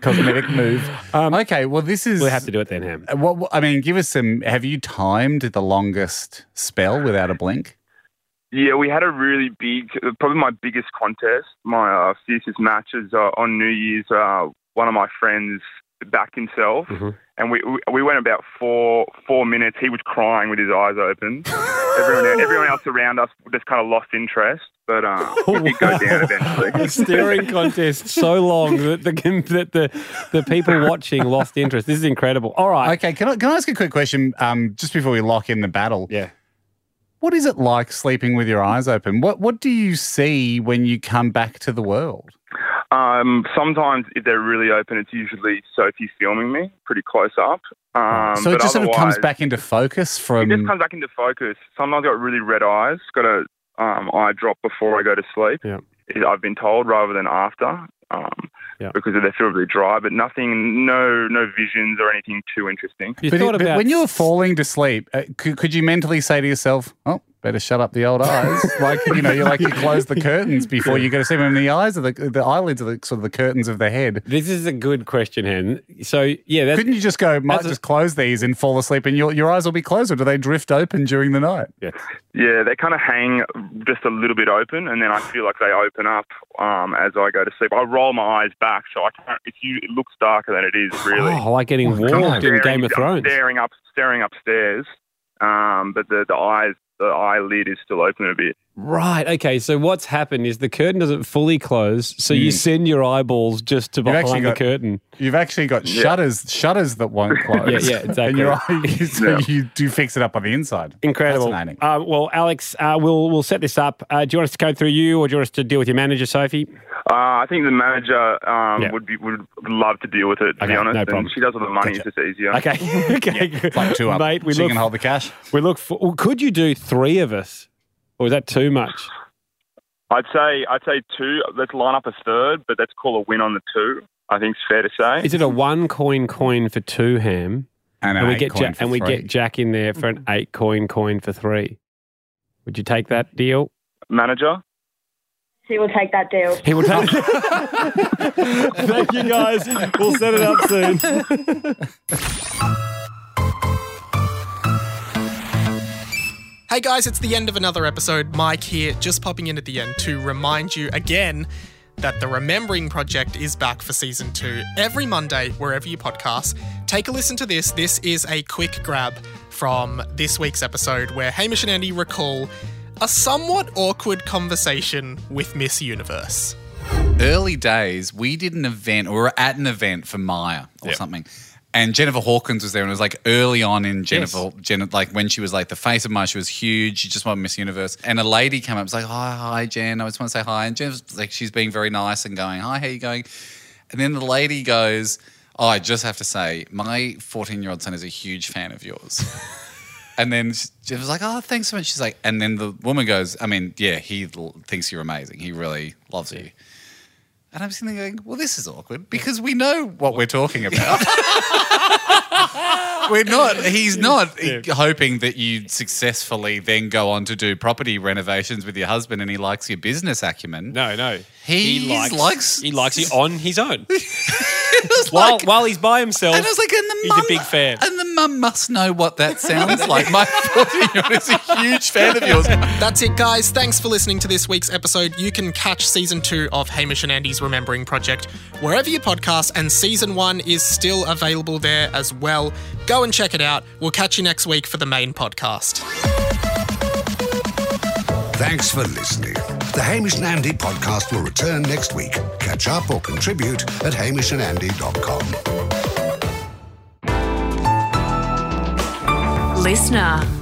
C: cosmetic move.
B: Um,
C: okay, well, this is
B: We'll have to do it then, Ham.
C: Uh, What, what- I mean, give us some. Have you timed the longest spell without a blink?
N: Yeah, we had a really big, probably my biggest contest, my uh, fiercest matches uh, on New Year's. Uh, one of my friends backed himself,
O: Mm-hmm.
B: Mhm.
N: and we we- we went about four four minutes. He was crying with his eyes open. everyone everyone else around us just kind of lost interest, but um, we did go down eventually.
B: The staring contest so long that the that the the people watching lost interest. This is incredible. All right,
O: Okay, can I, can I ask a quick question um, just before we lock in the battle?
B: Yeah.
O: What is it like sleeping with your eyes open? What What do you see when you come back to the world?
N: Um, sometimes if they're really open, it's usually Sophie filming me pretty close up. Um,
O: so it
N: but
O: just sort of
N: otherwise-
O: comes back into focus
N: It
O: from.
B: Um,
N: just comes back into focus. Sometimes I've got really red eyes, got a um, eye drop before I go to sleep.
B: Yeah.
N: I've been told rather than after, um,
B: Yeah.
N: because they feel really dry. But nothing, no, no visions or anything too interesting.
B: you
O: but,
B: thought
O: it- but
B: about
O: when you're falling to sleep, uh, could, could you mentally say to yourself, "Oh, better shut up the old eyes"? like you know, you like you close the curtains before you go to sleep, and the eyes are the the eyelids are the, sort of the curtains of the head.
B: This is a good question, Hen. So yeah, that's
O: Couldn't you just go, might
B: that's a-
O: just close these and fall asleep, and your your eyes will be closed, or do they drift open during the night?
N: Yeah, they kind of hang just a little bit open, and then I feel like they open up um, as I go to sleep. I roll my eyes back, so I can't. It's, u- it looks darker than it is really.
B: oh, like getting warped in Game of Thrones.
N: Staring up, staring upstairs, um, but the, the eyes, the eyelid is still open a bit.
B: Right. Okay. So what's happened is the curtain doesn't fully close, so you send your eyeballs just to
O: You've actually
B: behind the
O: got-
B: curtain.
O: You've actually got shutters shutters that won't close.
B: yeah,
O: And
B: exactly.
O: your eye, so you do fix it up on the inside.
B: Incredible.
O: Fascinating.
B: Uh, well, Alex, uh, we'll we'll set this up. Uh, do you want us to go through you, or do you want us to deal with your manager, Sophie?
N: Uh, I think the manager um,
B: Yeah.
N: would be would love to deal with it. To
B: Okay,
N: be honest,
B: no problem.
N: and she does all the money. It's just easier.
B: Okay. okay.
O: It's like two up.
B: Mate, we
O: so you
B: look
O: can hold the cash.
B: we look for. well, could you do three of us, or is that too much?
N: I'd say I'd say two. Let's line up a third, but let's call a win on the two. I think it's fair to say.
B: Is it a one coin coin for two ham,
O: And,
B: and
O: an
B: we
O: eight
B: get
O: coin
B: Jack,
O: for
B: and we
O: three.
B: get Jack in there for an eight coin coin for three? Would you take that deal?
N: manager.
A: He will take that deal.
B: He will take. Thank you guys. We'll set it up soon.
D: Hey guys, it's the end of another episode. Mike here, just popping in at the end to remind you again that the Remembering Project is back for season two every Monday, wherever you podcast. Take a listen to this. This is a quick grab from this week's episode where Hamish and Andy recall a somewhat awkward conversation with Miss Universe.
C: early days, we did an event, we were at an event for Maya or something. And Jennifer Hawkins was there, and it was like early on in Jennifer, Jen, like when she was like the face of Maya, she was huge. She just won Miss Universe. And a lady came up, was like, "Hi, hi, Jen. I just want to say hi." And Jennifer's like, she's being very nice and going, "Hi, how you going?" And then the lady goes, "Oh, I just have to say, my 14 year old son is a huge fan of yours." And then she she was like, "Oh, thanks so much." She's like, and then the woman goes, "I mean, yeah, he l- thinks you're amazing. He really loves you." And I'm sitting there going, "Well, this is awkward because we know what we're talking about. we're not. He's not hoping that you successfully then go on to do property renovations with your husband, and he likes your business acumen.
P: No, no.
C: He likes-
P: he likes you on his own.
C: It's
P: while
C: like-
P: while he's by himself.
C: And I was like, and the
P: he's
C: mum,
P: a big fan.
C: And the mum must know what that sounds like. My 14 year old is a huge fan of yours.
D: That's it, guys. Thanks for listening to this week's episode. You can catch season two of Hamish and Andy's Remembering Project wherever you podcast, and season one is still available there as well. Go and check it out. We'll catch you next week for the main podcast.
H: Thanks for listening. The Hamish and Andy podcast will return next week. Catch up or contribute at hamishandandy.com.
Q: Listener.